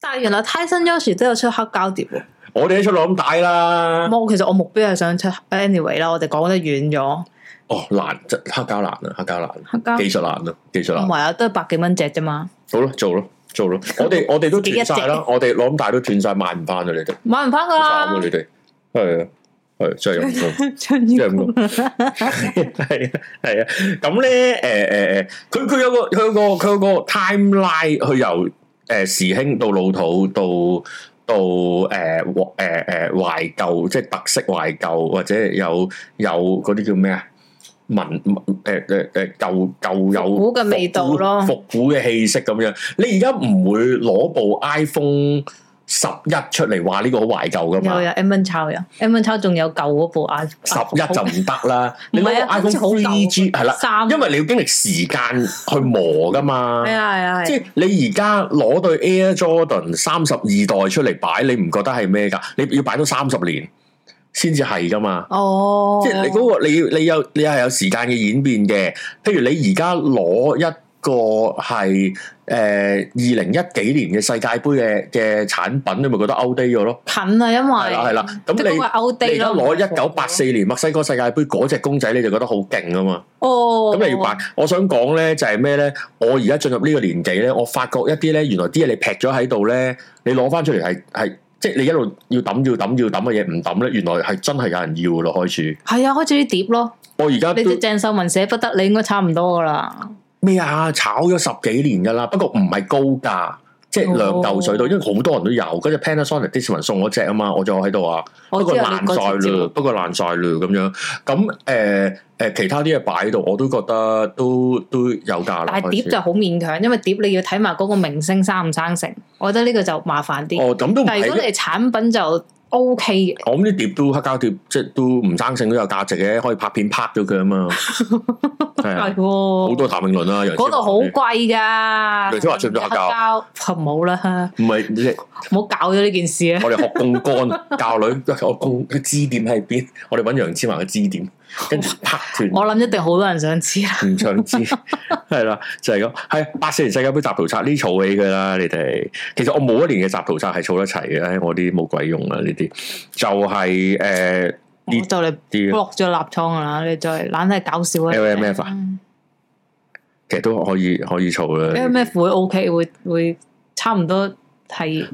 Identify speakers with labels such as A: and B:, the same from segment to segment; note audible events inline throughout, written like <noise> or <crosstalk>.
A: 但係原來 Tyson Yoshi 都有出黑膠碟喎。
B: 我哋都出到咁大啦。
A: 冇，其實我目標係想出 anyway 啦，我哋講得遠咗。
B: 哦，難真黑膠難啊，黑膠難，
A: 黑膠
B: 技術難啊，技術難
A: 唔。係啊，都係百幾蚊隻啫嘛，
B: 好啦，做咯，做咯。
A: <laughs>
B: 我哋我哋都
A: 自己一
B: 轉晒啦，我哋攞咁大都轉晒，賣唔翻啊！你哋
A: 買唔翻噶
B: 好慘啊！
A: 啦。
B: 你哋係啊，係真係咁。
A: <laughs> 真
B: 即係咁講，係啊係啊，咁咧誒誒誒，佢佢有個佢有個佢有個 timeline，佢由誒、呃、時興到老土到到誒誒誒懷舊，即係特色懷舊，或者有有嗰啲叫咩啊？文誒誒誒舊舊有
A: 復古嘅味道咯
B: 復古嘅氣息咁樣。你而家唔會攞部 iPhone 十一出嚟話呢個好懷舊噶嘛
A: 有？有 M N 抄有 M N 抄仲有舊嗰部啊 i
B: 十一就唔得啦，你
A: 唔係
B: 攞
A: 啊
B: 個
A: 好似
B: iPhone
A: 好舊啊
B: 3G 係啦，
A: 三
B: 因為你要經歷時間去磨噶嘛
A: 係。啊係啊
B: 即
A: 係
B: 係你而家攞對 Air Jordan 三十二代出嚟擺，你唔覺得係咩㗎？你要擺到三十年先至係㗎嘛？
A: 哦，
B: 即係你嗰個你你有你係有時間嘅演變嘅。譬如你而家攞一個係誒呃二零一幾年嘅世界盃嘅嘅產品，你咪覺得 outdate 咗咯？
A: 近啊，因為
B: 係啦係啦，咁
A: 即係嗰個
B: 你。
A: 歐
B: 你而
A: 地
B: 家
A: 咯，
B: 攞一九八四年墨西哥世界盃嗰只公仔，你就覺得好勁啊嘛！
A: 哦，
B: 咁你要扮，我想講咧就係咩咧？我而家進入呢個年紀咧，我發覺一啲咧，原來啲嘢你劈咗喺度咧，你攞翻出嚟係係，即係你一路要抌要抌要抌嘅嘢唔抌咧，原來係真係有人要咯。開始
A: 係啊，開始啲碟咯，
B: 我而家
A: 你
B: 都
A: 隻鄭秀文捨不得，你應該差唔多噶啦，
B: 咩啊？炒咗十幾年噶啦，不過唔係高價，即係兩嚿水到，
A: 哦
B: 因為好多人都有。嗰隻 Panasonic Discman 送我隻啊嘛，我仲有喺度啊。
A: 我
B: 不過
A: 知啊，
B: 爛
A: 你嗰次
B: 晒
A: 節
B: 嘞，
A: 目
B: 不過爛晒嘞咁樣。咁誒誒，其他啲嘢擺喺度，我都覺得都都有價啦。
A: 但係碟
B: 開始
A: 就好勉強，因為碟你要睇埋嗰個明星生唔生成，我覺得呢個就麻煩啲。
B: 哦，咁都唔
A: 但係
B: 係
A: 如果
B: 嘅。
A: 你係產品就 O K 嘅，
B: 我諗啲碟都黑膠碟，即係都唔生性都有價值嘅，可以拍片拍咗佢
A: <laughs>
B: 啊嘛。係啊
A: 係，喎，
B: 好多譚詠麟啊啦，
A: 哎
B: 楊千嬅
A: 嗰度好貴噶。
B: 楊千嬅出唔出黑膠？
A: 冇啦，
B: 唔係即係
A: 唔好搞咗呢件事啊！
B: 我哋學槓桿
A: <laughs>
B: 教女，我槓佢支點喺邊？我哋揾楊千嬅嘅支點，跟住拍斷
A: 我諗一定好多人想知啦。
B: 唔
A: <laughs>
B: 想知，係啦，就係咁。係八四年世界盃集圖冊呢儲起㗎啦，你哋。其實我冇一年嘅集圖冊係儲得齊嘅，唉我啲冇鬼用啦呢啲。就係誒
A: 我
B: 呢
A: 就嚟
B: 啲
A: block 咗立倉噶啦，你再懶係搞笑啊
B: LMF 啊，其實都可以可以儲啊啦。
A: ！LMF 會 O K，會會差唔多係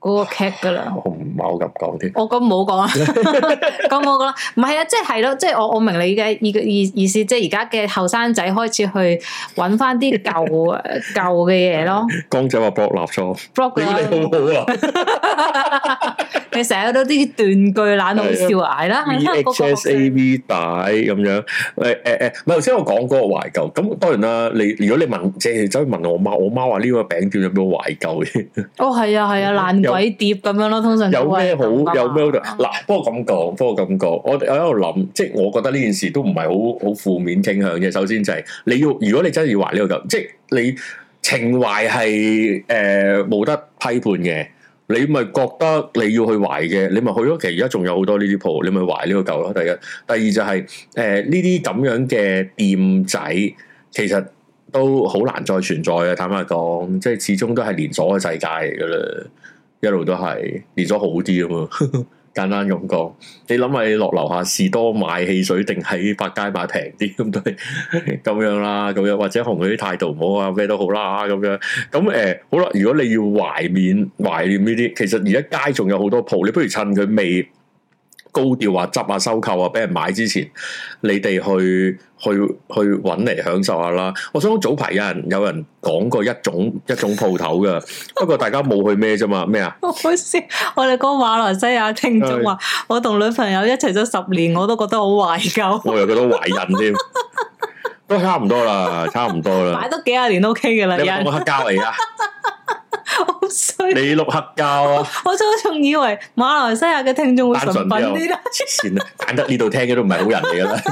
A: 嗰個 cat 噶啦。
B: 我唔係好咁講添。
A: 我咁冇講啊， <laughs> 咁冇講啦，唔係啊，即係係咯，即係我我明你嘅意意意思，即係而家嘅後生仔開始去揾翻啲舊舊嘅嘢
B: <laughs>
A: 咯
B: 江仔話 block 立倉，
A: ，blog
B: 屌
A: 啦，
B: 你好好啊
A: 你成日都啲斷句懶到好笑啊挨啦，
B: <laughs> ，E
A: 嗰個
B: X
A: 學
B: S
A: 生
B: A V 帶咁樣。誒誒誒，唔係頭先我講嗰個懷舊。咁當然啦，你如果你問即係走去問我媽，我媽話呢個餅店有冇懷舊嘅？
A: <laughs> 哦係啊係啊，
B: <laughs>
A: 爛鬼碟咁樣咯，通常
B: 有
A: 都係
B: 咩好？
A: 咁㗎嘛嗯啊
B: 有咩好？嗱，不過咁講，不過咁講，我我喺度諗，即係我覺得呢件事都唔係好好負面傾向嘅。首先就係你要，如果你真係要懷呢個舊，即係你情懷係誒冇得批判嘅。你咪覺得你要去懷嘅，你咪去咯。其實而家仲有好多呢啲鋪，你咪懷呢個舊咯。第一，第二就係誒呢啲咁樣嘅店仔，其實都好難再存在啊嘅。坦白講，即係始終都係連鎖嘅世界嚟噶啦。一路都係連咗好啲啊嘛， <laughs> 簡單咁講。你諗下，你落樓下士多買汽水，定喺百佳買平啲咁都係 <laughs> 咁樣啦，咁樣或者同佢啲態度唔好啊，咩都好啦咁樣。咁誒、呃好啦，如果你要懷緬懷念呢啲，其實而家街仲有好多鋪，你不如趁佢未高調話執啊收購啊，俾人買之前，你哋去去去揾嚟享受下啦。我想講早排有人有人講過一種一種鋪頭嘅，不過大家冇去咩啫嘛，咩啊？
A: <laughs> 好笑！我哋嗰個馬來西亞聽眾話，我同女朋友一齊咗十年，我都覺得好懷
B: <laughs>
A: 舊，
B: 我又覺得懷孕添，都差唔多啦，差唔多啦
A: <laughs> 擺。多幾廿年 O K 嘅啦，
B: 你
A: 有
B: 有冇
A: 人 <laughs>
B: 碌黑膠嚟啊？
A: 好衰。
B: 你碌黑膠啊？
A: <laughs> 我初仲以為馬來西亞嘅聽眾會
B: 單
A: 純
B: 純
A: 品啲啦， <laughs>
B: 黐線啊！揀得呢度聽嘅都唔係好人嚟噶啦。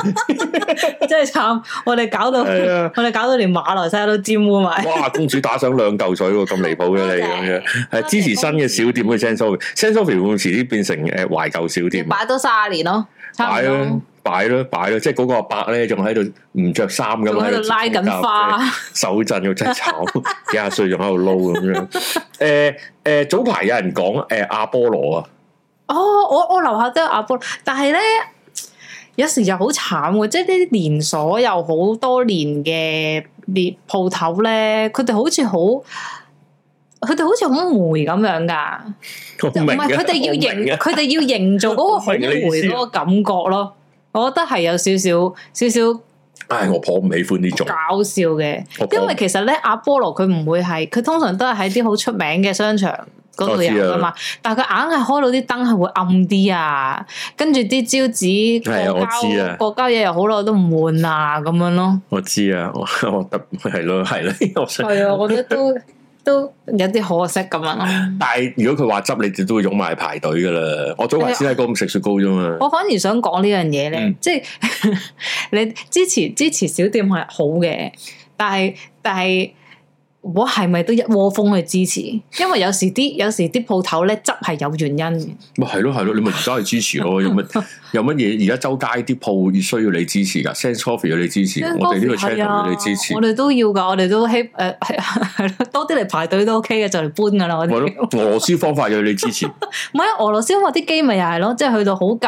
A: 真係慘！我哋搞 <laughs> 到我
B: 係啊
A: 哋搞到連馬來西亞都沾污埋。
B: 哇！公主打上兩嚿水喎，咁離譜嘅你咁樣，啊係支持新嘅小店嘅 Sensory，Sensory 會唔會遲啲變成誒懷舊小
A: 要
B: 店啊？
A: 擺多卅年咯，差唔
B: 擺
A: 多
B: 啊。！擺咯擺咯，即係嗰個阿伯咧仲喺度唔着衫咁，啊
A: 仲喺度拉緊花，
B: 手震又真係
A: <laughs>
B: 慘，幾廿歲仲喺度撈咁樣。誒、誒、早排有人講誒、阿波羅啊，
A: 哦，我我樓下都有阿波，但係咧有時又好慘嘅，即係呢啲連鎖又好多年嘅店鋪頭咧，佢哋好似好，佢哋好似好霉咁樣噶，
B: 我
A: 唔
B: 明
A: 係佢哋要營，
B: 型
A: 佢哋要營造嗰個好
B: 我明你意
A: 霉
B: 思啊
A: 嗰個感覺咯。我覺得係有少少少少
B: 唉，我頗唔喜歡呢種，
A: 搞笑嘅，
B: 我頗
A: 因為其實咧阿波羅佢唔會係，佢通常都係喺啲好出名嘅商場嗰
B: 啊
A: 度有噶嘛，但係佢硬係開到啲燈係會暗啲啊，跟住啲招紙
B: 係啊
A: 國
B: 我知啊
A: 膠國膠嘢又好耐都唔換啊咁樣咯，
B: 我知啊，我 <laughs> 我特係咯係咯，我 <laughs> 想
A: 係啊，我覺得都都有啲可惜咁樣咯。
B: 但係如果佢話執，你哋都會擁埋排隊噶啦。我早排先喺嗰咁食雪糕啫嘛。
A: 啊我反而想講呢樣嘢咧，
B: 嗯
A: 即係 <laughs> 你支持支持小店係好嘅，但係但係我係咪都一窩蜂去支持？因為有時啲有時啲鋪頭咧執係有原因嘅，
B: 咪係咯係咯，你咪而家去支持咯。有
A: <laughs>
B: 乜有乜嘢？而家周街啲鋪越需要你支持噶，Sense Coffee 要你支持，我哋呢個
A: 係
B: channel
A: 啊
B: 要你支持
A: 我。哋都要噶，我哋都希誒係啊係咯 <laughs> 多啲嚟排隊都 OK 嘅，就嚟搬噶啦，我
B: 咪
A: 哋。
B: 咯，俄羅斯方法要你支
A: <laughs>
B: 持，咪
A: 唔係啊俄羅斯我啲機咪又係咯，即係去到好舊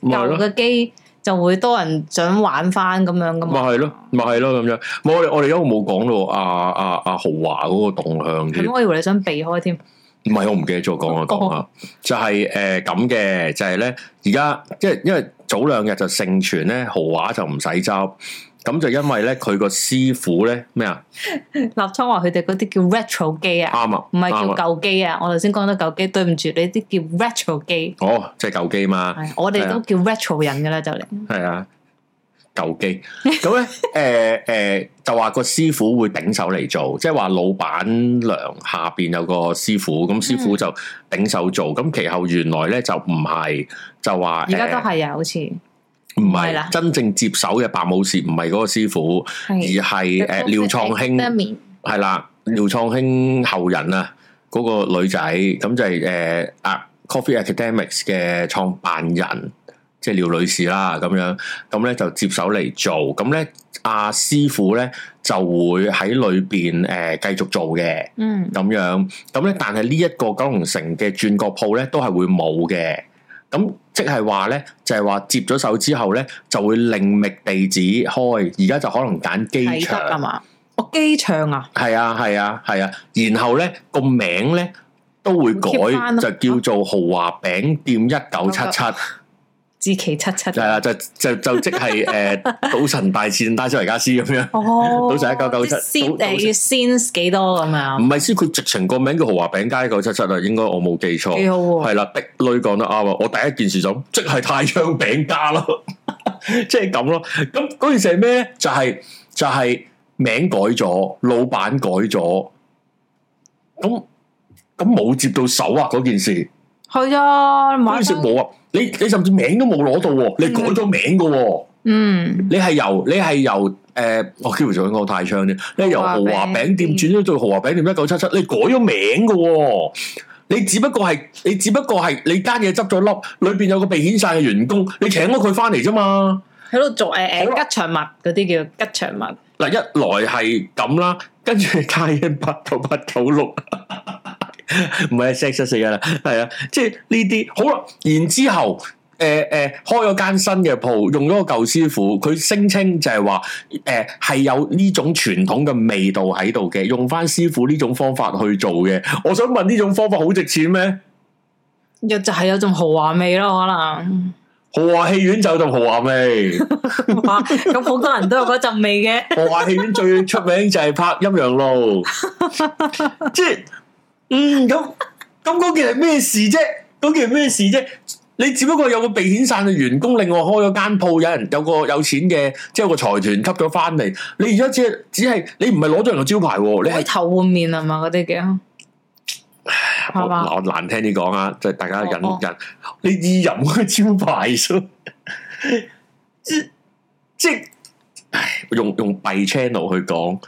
B: 係
A: 舊
B: 咯，
A: 嘅機就會多人想玩翻咁樣噶
B: 咪
A: 嘛。
B: 係咯，咪係咯咁樣。咪我哋我哋一路冇講到阿阿阿豪華嗰個動向
A: 係
B: 添
A: 咪？。我以為你想避開添。
B: 唔係，我唔記得咗講啊
A: 哦
B: 講啊，就係誒咁嘅，就係咧而家，因為因為早兩日就盛傳咧豪華就唔使執，咁就因為咧佢個師傅咧咩啊
A: 立倉話佢哋嗰啲叫 retro 機啊。
B: 啱啊，
A: 唔係
B: 啱
A: 叫
B: 啊
A: 舊機啊！我頭先講到舊機，對唔住，你啲叫 retro 機，
B: 哦，即係舊機嘛，
A: 係我哋都叫 retro 人噶啦，就嚟。
B: 係啊舊機，咁咧誒誒就話個師傅會頂手嚟做，即係話老闆娘下邊有個師傅，咁師
A: 嗯
B: 傅就頂手做，咁其後原來咧就唔係，就話呃
A: 而家
B: 誒
A: 都係啊，好似
B: 唔
A: 唔係
B: 係
A: 啦嗯
B: 真正接手嘅白武士，唔係嗰個師傅，而
A: 係
B: 係誒廖創興
A: 興
B: 係啦，廖創興後人啊，嗰、個女仔咁就係誒啊 Coffee Academics 嘅創辦人，即係廖女士啦，咁樣咁咧就接手嚟做，咁咧阿師傅咧就會喺裏邊誒繼續做嘅。
A: 嗯，
B: 咁樣，咁咧，但係呢一個九龍城嘅轉角鋪咧，都係會冇嘅。咁即係話咧，就係、話接咗手之後咧，就會另覓地址開。而家就可能揀機
A: 啟德啊
B: 場，
A: 嘛，哦機場啊，
B: 係啊，係啊，係啊。然後咧個名咧都會改
A: 會貼返，咯哦
B: 就叫做豪華餅店一九七七，
A: 志奇七七
B: 係啦，就就就即係誒賭神大戰拉斯維加斯咁樣。
A: 哦，
B: 賭神
A: 先
B: 1997賭賭神
A: 誒要先幾多咁
B: 唔
A: 樣，
B: 係先，佢直情個名叫豪華餅街一九七七啊，應該我冇記錯。
A: 幾好喎，
B: 係啦，的女講得啱啊！我第一件事就即係太槍餅家咯， <laughs> 即係咁咯。咁嗰件事係咩咧？就係、就係、名改咗，老闆改咗，咁咁冇接到手啊！嗰件事，
A: 係啊，
B: 嗰
A: 買
B: 件事
A: 得
B: 冇啊！你你甚至名都冇攞到喎，你改咗名噶喎，
A: 嗯，
B: 你係由你係由誒、呃我幾乎想講太槍啫，你係由豪華餅店轉咗做豪華餅店一九七七，你改咗名噶喎。你只不過係你只不過係你間嘢執咗笠，裏邊有個被遣散嘅員工，你請咗佢翻嚟啫嘛。
A: 喺度做誒
B: 好
A: 誒
B: 啦
A: 吉祥物嗰啲叫吉祥物，
B: 嗱，一來係咁啦，跟住加一八九八九六，唔係 sex 出四噶啦，係啊，即係呢啲好啦。然之後，誒、誒、開咗間新嘅鋪，用咗個舊師傅，佢聲稱就係話，誒、係有呢種傳統嘅味道喺度嘅，用翻師傅呢種方法去做嘅。我想問呢種方法好值錢咩？
A: 又就係有種豪華味咯，可 <laughs> 能。
B: 豪華戲院就同豪華味。
A: 哇！咁好多人都有嗰陣味嘅， <laughs>
B: 豪華戲院最出名就係拍《陰陽路》，即係嗯咁咁嗰件係咩事啫？嗰件係咩事啫？你只不過有個被遣散嘅員工，另外開咗間鋪，有人有個有錢嘅，即係有個財團吸咗翻嚟。你而家只係只係你唔係攞咗人個招牌喎，你
A: 改
B: 係
A: 頭換面啊嘛，嗰啲叫係嘛
B: 我我難聽啲講啊，即係大家忍
A: 哦哦
B: 忍，你意淫嗰個招牌啫，即即係唉用用弊 channel 去講，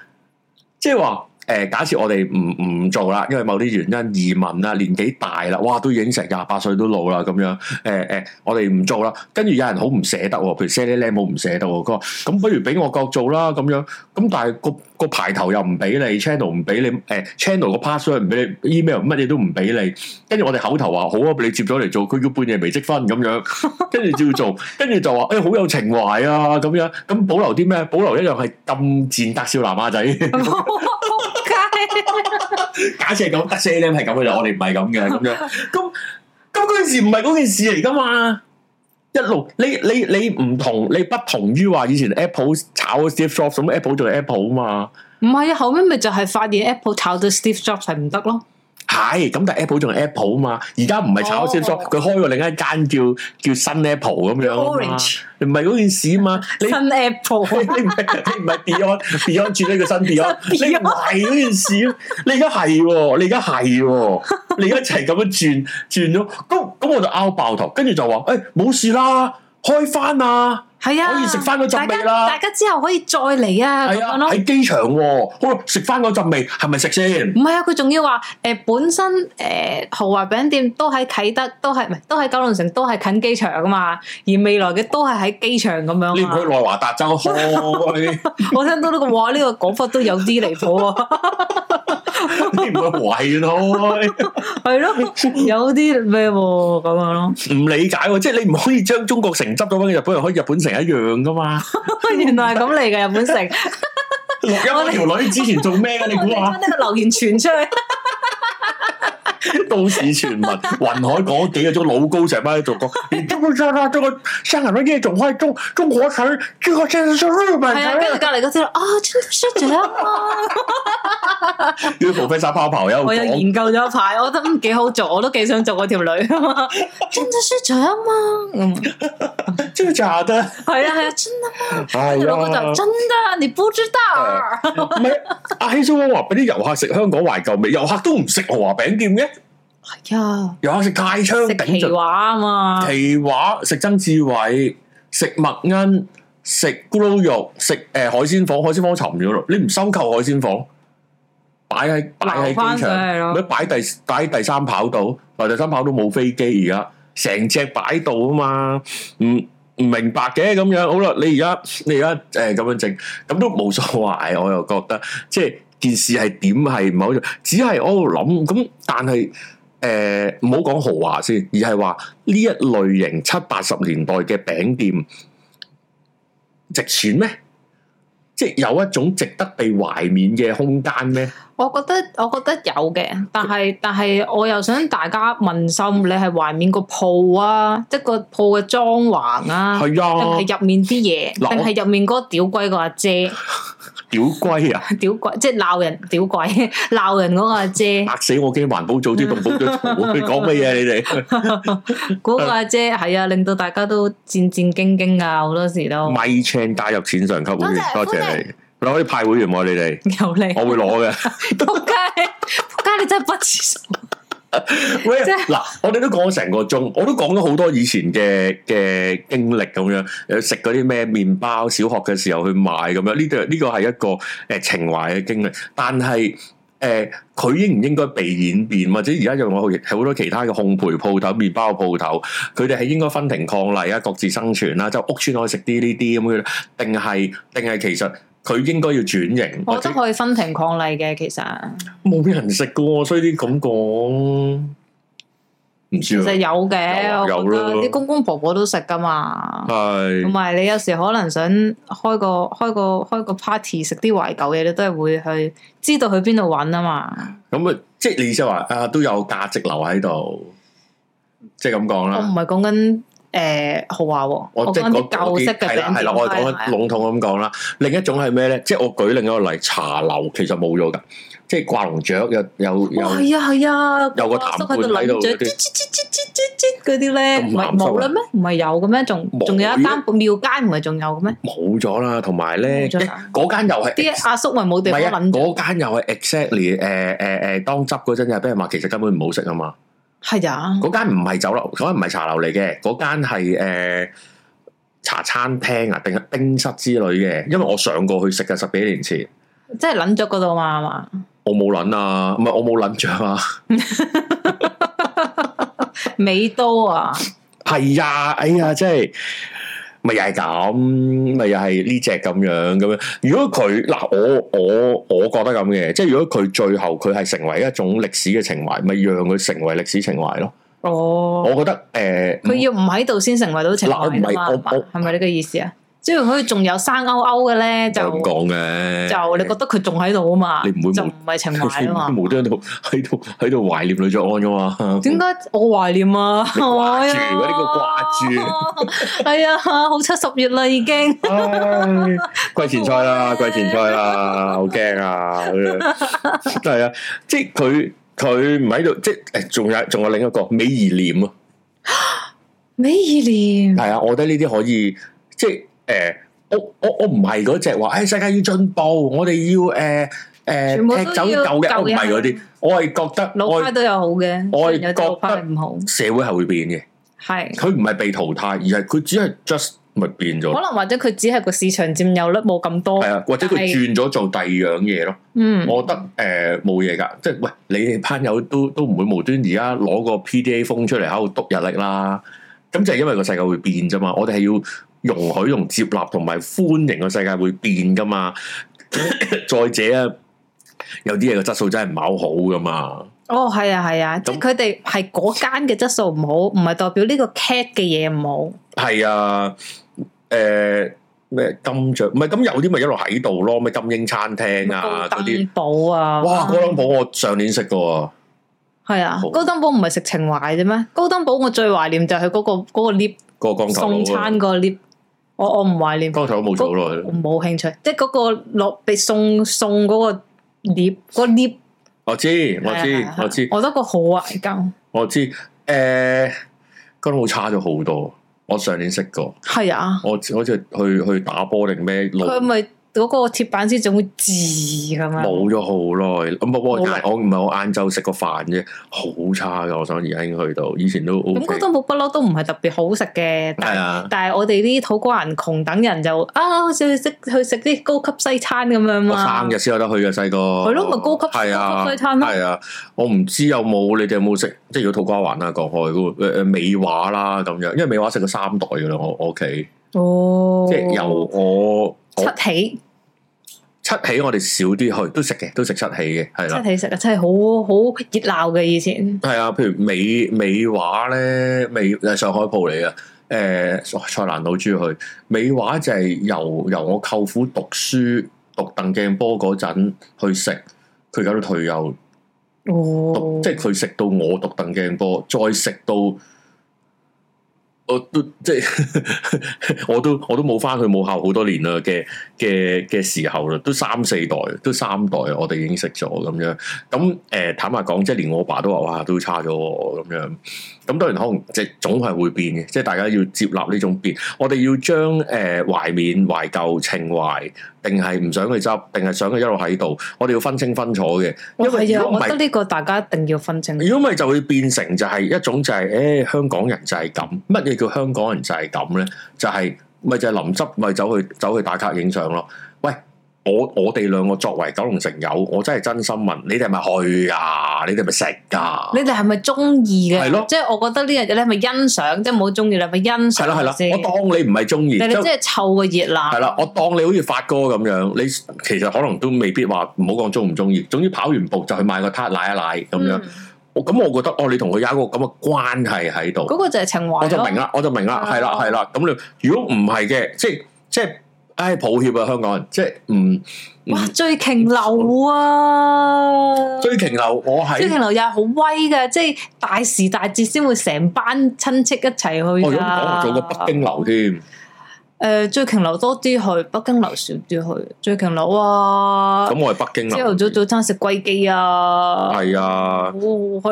B: 即係話誒，假設我哋唔唔做啦，因為某啲原因移民啦、年紀大啦，哇，都已經成廿八歲都老啦咁樣。誒、誒，我哋唔做啦，跟住有人好唔捨得喎，譬如些啲靚好唔捨得喎，佢話咁不如俾我夠做啦咁樣。咁但係個個牌頭又唔俾你，channel 唔俾你，誒、channel 個 password 唔俾你，email 乜嘢都唔俾你。跟住我哋口頭話好啊，俾你接咗嚟做，佢叫半夜微積分咁樣， <laughs> 跟住照做，跟住就話誒、哎好有情懷啊咁樣。咁保留啲咩？保留一樣係咁賤得少男亞啊仔。
A: 仆街，
B: <laughs> 假設係咁，得四 M 係咁嘅啫，我哋唔係咁嘅咁樣。 <laughs> 咁咁嗰件事唔係嗰件事嚟噶嘛？一路你你你唔同，你不同於話以前 Apple 炒 Steve Jobs，咁 Apple 仲係 Apple 啊嘛。
A: 唔係啊，後尾咪就係發現 Apple 炒咗 Steve Jobs 係唔得咯。
B: 係，咁但係 Apple 仲係 Apple 啊嘛，而家唔係炒 Steve Jobs，
A: 哦
B: 佢開過另一間叫叫新 Apple 咁樣啊嘛
A: Orange
B: 唔係嗰件事
A: <laughs>
B: 啊嘛，你
A: 新 Apple，
B: 你你唔係你唔係 Beyond Beyond 轉呢個新 Beyond，
A: 新 <laughs> Beyond
B: 你唔係嗰件事啊！你而家係喎，你而家係喎，你而家一齊咁樣轉轉咗，咁咁我就拗爆頭，跟住就話誒冇事啦，開翻啦，
A: 係啊，
B: 可以食返嗰陣味啦
A: 大家大家之後可以再嚟啊，咁
B: 係
A: 樣
B: 啊，
A: 咯。
B: 喺機場喎，好啦，食翻嗰陣味係咪食先？
A: 唔係啊，佢仲要話誒、呃本身誒、呃、豪華餅店都喺啟德，都係唔係都喺九龍城，都係近機場噶嘛。而未來嘅都係喺機場咁樣
B: 你唔去
A: 啊。
B: 內華達州
A: <laughs>
B: 開，
A: 我聽到呢、個哇，呢、個講法都有啲離譜
B: <laughs>
A: 啊，
B: 你唔去維園開。
A: 係咯，有啲咩喎咁樣
B: <laughs>
A: 咯。
B: 唔理解喎，即係你唔可以將中國城執咗翻日本人，可以日本城一樣噶
A: <laughs>
B: 嘛？
A: 原來係咁嚟嘅日本城，
B: 錄音嗰條女之前做咩啊嘅？你
A: 我
B: 估
A: 哋
B: 下
A: 將？呢個留言傳出去。
B: 都市傳聞， <laughs> 雲海講幾個鐘老高成班喺度講，你知不知道這個香港的夜總會中中國城，這個真的是日本
A: 係啊，跟住
B: 城。
A: 隔離嗰啲 <laughs> 啊，真係咁 <laughs> 啊！
B: 要 professor 泡泡有
A: 我又
B: 講，
A: 研究咗一排，我覺得嗯幾好做，我都幾想做嗰條女啊 <laughs> 嘛，真係出咗啊嘛，嗯，
B: 真的假
A: <laughs>
B: 的？
A: 係啊係啊，真啊啊嘛。
B: 係
A: 老公
B: 啊
A: 就，真的，你不知道。
B: 唔係阿希蘇話俾啲遊客食香港懷舊味，遊客都唔食豪華餅店嘅，
A: 係啊，
B: 遊客食泰昌
A: 食
B: 頂
A: 奇
B: 盡，
A: 話啊嘛，
B: 奇華食曾志偉，食麥恩，食咕嚕肉，食誒、呃海鮮房，海鮮房沉咗咯，你唔收購海鮮房，擺喺擺喺
A: 留翻
B: 機
A: 上。
B: 場
A: 嚟
B: 咪
A: 咯。
B: 擺第擺第三跑道，嗱第三跑道冇飛機而家，成隻擺到啊嘛，唔唔明白嘅咁樣，好啦，你而家你而家誒咁樣整，咁都冇所謂，我又覺得即係件事係點係唔係好做，只係我喺度諗咁，但係誒唔好講豪華先，而係話呢一類型七八十年代嘅餅店值錢咩？即係有一種值得被懷緬嘅空間咩？
A: 我覺得我覺得有嘅，但係但係我又想大家問心，你係懷緬個鋪啊，即係個鋪嘅裝潢啊，
B: 係
A: 定
B: 啊，
A: 係入面啲嘢，
B: 嗱
A: 定
B: 我
A: 係入面嗰個屌鬼個阿姐，
B: 屌龜啊！
A: 屌鬼即係鬧人 <laughs> 屌鬼，鬧人嗰個阿
B: <laughs>
A: 姐，
B: 嚇死我！驚環保組織同
A: <laughs>
B: 保咗圖，你講乜嘢你哋？
A: 嗰個阿姐係啊，令到大家都戰戰兢兢啊，好多時都
B: 咪 chain 加入錢上級會員，
A: 多謝
B: 多謝你。你可以派會員喎，你哋，
A: 有你
B: 我會攞嘅。
A: 仆街，仆街，你真係不知
B: <laughs>
A: 所
B: 喂，
A: 即係
B: 嗱，我哋都講咗成個鐘，我都講咗好多以前嘅嘅經歷咁樣，誒食嗰啲咩麵包，小學嘅時候去買咁樣，呢度呢個係一個誒、呃情懷嘅經歷，但係。誒，佢、應唔應該被演變，或者而家有我好好多其他嘅烘焙鋪頭、麵包鋪頭，佢哋係應該分庭抗禮啊，各自生存啦，就屋村可以食啲呢啲咁嘅，定係定係其實佢應該要轉型，
A: 我
B: 或
A: 覺
B: 者
A: 得可以分庭抗禮嘅，其實
B: 啊冇人食嘅喎，所以啲咁講
A: 其
B: 唔知啊
A: 實有嘅，
B: 有
A: 我
B: 有
A: 覺得
B: 咯
A: 啲公公婆婆都食噶嘛。同
B: 係
A: 埋你有時可能想開個開個開個 party 食啲懷舊嘢，你都係會去知道去邊度揾啊嘛。
B: 咁啊，即係你意思話啊，都有價值留喺度，即係咁講
A: 我唔
B: 啦。
A: 係講緊誒豪華喎，
B: 嗯我
A: 我
B: 即係
A: 講
B: 嗰
A: 啲
B: 嗰
A: 舊式
B: 啲
A: 嘅
B: 係啦
A: 餅
B: 係啦，
A: 店
B: 我係講
A: 係
B: 緊
A: 啊
B: 籠統咁講啦。另一種係咩咧？即係我舉另一個例，茶樓其實冇咗㗎，即係掛龍雀有有
A: 哇
B: 有。
A: 係啊係啊，
B: 有個
A: 個阿叔
B: 痰罐喺度
A: 攆
B: 嗰
A: 住吱吱吱
B: 啲
A: 吱吱吱吱嗰啲咧，
B: 咁
A: 唔係
B: 鹹濕啊
A: 冇啦咩？唔係有嘅咩？仲
B: 冇
A: 仲有一
B: 嘅
A: 間廟街唔係仲有嘅咩？
B: 冇咗啦，同埋咧
A: 冇咗
B: 誒
A: 啦
B: 嗰間又係
A: 啲阿叔咪冇
B: 唔
A: 地方
B: 係啊？
A: 諗住，
B: 嗰間又係 exactly 誒誒誒，當執嗰陣又俾人話其實根本唔好食啊嘛。
A: 係啊，
B: 嗰間唔係酒樓，嗰間唔係茶樓嚟嘅，嗰間係誒茶餐廳啊，定係冰室之類嘅。因為我上過去食嘅十幾年前，
A: 即係諗咗嗰度嘛，係嘛？
B: 我冇撚啊，唔係我冇撚獎啊，
A: 美刀啊，
B: <laughs> 係啊，哎呀，真係。咪又係咁，咪又係呢只咁樣咁樣。如果佢嗱，我我我覺得咁嘅，即係如果佢最後佢係成為一種歷史嘅情懷，咪讓佢成為歷史情懷咯。
A: 哦，
B: 我覺得呃誒，
A: 佢要唔喺度先成為到情
B: 嗱我唔
A: 侶
B: 係
A: 嘛？
B: 我
A: 係嘛
B: 我
A: 係咪呢個意思啊？即係佢仲有生勾勾嘅咧，就
B: 就咁講嘅，
A: 就你覺得佢仲喺度啊嘛？
B: 你唔會
A: 就
B: 冇
A: 唔係情懷啊嘛？
B: 無端端喺度 <laughs> 喺度懷念女作安噶嘛？ <laughs>
A: 點解我懷念啊？
B: 你掛住
A: <laughs> 我呀 <laughs> 掛住，係
B: 嗰啲
A: 啊，好七十月啦已經。
B: 唉季前賽啦，
A: <laughs>
B: 季前賽啦，好驚啊！咁樣係啊，即係佢佢唔喺度，即係誒仲有仲有另一個美而廉啊，
A: 美廉
B: 係啊，我覺得呢啲可以即係誒、呃我我我唔係嗰只話，誒、哎世界要進步，我哋要誒
A: 全部
B: 誒
A: 都
B: 踢走
A: 要
B: 舊嘅，我唔
A: 舊嘅
B: 係嗰啲，我係覺得
A: 老
B: 我
A: 派都有好嘅，
B: 我
A: 雖然有啲老
B: 覺得
A: 派唔好，
B: 社會係會變嘅。
A: 係
B: 佢唔係被淘汰，而係佢只係 just 咪變
A: 可
B: 咗，
A: 能或者佢只係個市場佔有率冇咁多
B: 係，啊，或者佢
A: 哦但係
B: 轉咗做第二樣嘢咯。
A: 嗯，
B: 我覺得誒冇嘢㗎，即係喂，你哋班友都都唔會無端而家攞個 PDA 風出嚟喺度篤日曆啦。咁就係因為個世界會變啫嘛，我哋係要容許同接納同埋歡迎個世界會變㗎嘛。
A: 嗯
B: <coughs> 再者啊，有啲嘢個質素真係唔係好好㗎嘛。
A: 哦係啊係啊，即係佢哋係嗰間嘅質素唔好，唔係代表呢個 cat 嘅嘢唔好，
B: 係啊，誒咩金雀唔係咁有啲咪一路喺度咯，咩金英餐廳啊嗰
A: 高
B: 啲
A: 登，堡啊，
B: 哇！高登堡我上年食過
A: 係啊
B: 好，
A: 高登堡唔係食情懷啫咩？高登堡我最懷念就係嗰個嗰個 lift
B: 個光頭
A: 送
B: 佬啊，
A: 餐個 lift，我我唔懷念。
B: 光頭佬冇咗好耐，
A: 我冇興趣，即係嗰個落被送送嗰個碟，嗰 lift
B: 我知我
A: 係啊
B: 知
A: 係啊
B: 我知
A: 我都覺得好懷舊。
B: 我知，誒高登堡差咗好多，我上年食過，
A: 係啊，
B: 我好似去去打波定咩路
A: 佢咪嗰個鐵板先仲會字咁樣。
B: 冇咗好耐，咁不過我
A: 冇啦啊
B: 我唔係我晏晝食個飯啫，好差噶，我想而家已經去到，以前都 O
A: 咁
B: K，
A: 嗰種冇不嬲都唔係特別好食嘅，但
B: 係
A: 係
B: 啊。
A: 但係我哋呢啲土瓜人窮等人就啊，好似去食去食啲高級西餐咁樣
B: 我
A: 嘛
B: 生。日先有得去嘅細個，係
A: 咯咪高級高級西餐咯
B: 係啊，我唔知有冇你哋有冇食，即係如果土瓜灣啦，講開嗰個誒誒美華啦咁樣，因為美華食過三代噶啦，我我屋企，
A: 哦，
B: 即係由我我
A: 七喜
B: 七喜，我哋少啲去，都食嘅，都食七喜嘅，係啦
A: 七，喜食啊，真係好好熱鬧嘅以前。
B: 係啊，譬如美美華咧，美誒上海鋪嚟嘅。誒、菜蘭島豬去美華就係由由我舅父讀書讀鄧鏡波嗰陣去食，佢而家都退休
A: 哦
B: 讀，即係佢食到我讀鄧鏡波，再食到我都即係 <laughs> 我都我都冇翻去母校好多年啦嘅嘅嘅時候啦，都三四代，都三代我哋已經食咗咁樣。咁誒、呃坦白講，即係連我爸都話哇都差咗喎咁樣。咁當然可能即係總係會變嘅，即係大家要接納呢種變。我哋要將誒、呃、懷緬、懷舊、情懷，定係唔想佢執，定係想佢一路喺度，我哋要分清分楚嘅。因為
A: 係
B: 如
A: 啊，
B: 果唔
A: 我
B: 係
A: 覺得呢個大家一定要分清。
B: 如果唔係就會變成就係一種就係、誒、香港人就係咁，乜嘢叫香港人就係咁咧？就係、咪就係臨執咪走去走去打卡影相咯？喂，我我哋兩個作為九龍城友，我真係真心問你哋係咪去啊？你哋係咪食啊㗎？
A: 你哋係咪中意嘅？
B: 係咯
A: 即係我覺得呢樣嘢你係咪欣賞？即係冇中意，你係咪欣
B: 係啦係
A: 賞
B: 啦
A: 先，？
B: 我當你唔係中意，
A: 但係
B: 即
A: 你真係湊個熱鬧。
B: 係啦，我當你好似發哥咁樣，你其實可能都未必話唔好講中唔中意，總之跑完步就去買個撻奶一奶咁樣。
A: 嗯
B: 我咁我覺得哦，你同佢有一個咁嘅關係喺度。
A: 嗰個就係情
B: 我
A: 懷
B: 就
A: 咯
B: 明。啦，我就明啦，
A: 係啊
B: 係啦，係啦。咁你如果唔係嘅，即係即係，唉，抱歉啊，香港人，即係
A: 嗯
B: 唔
A: 哇！最瓊樓啊，
B: 追瓊樓，我
A: 最
B: 喺
A: 瓊樓又係好威嘅，即係大時大節先會成班親戚一齊
B: 我
A: 去啊
B: 哦如果
A: 㗎。
B: 唔講，我做過北京樓添，
A: 誒，最瓊樓多啲去，北京樓少啲去。最瓊樓啊，
B: 咁我係北京
A: 朝頭
B: 樓，
A: 早早餐食龜記啊，
B: 係啊
A: 好好。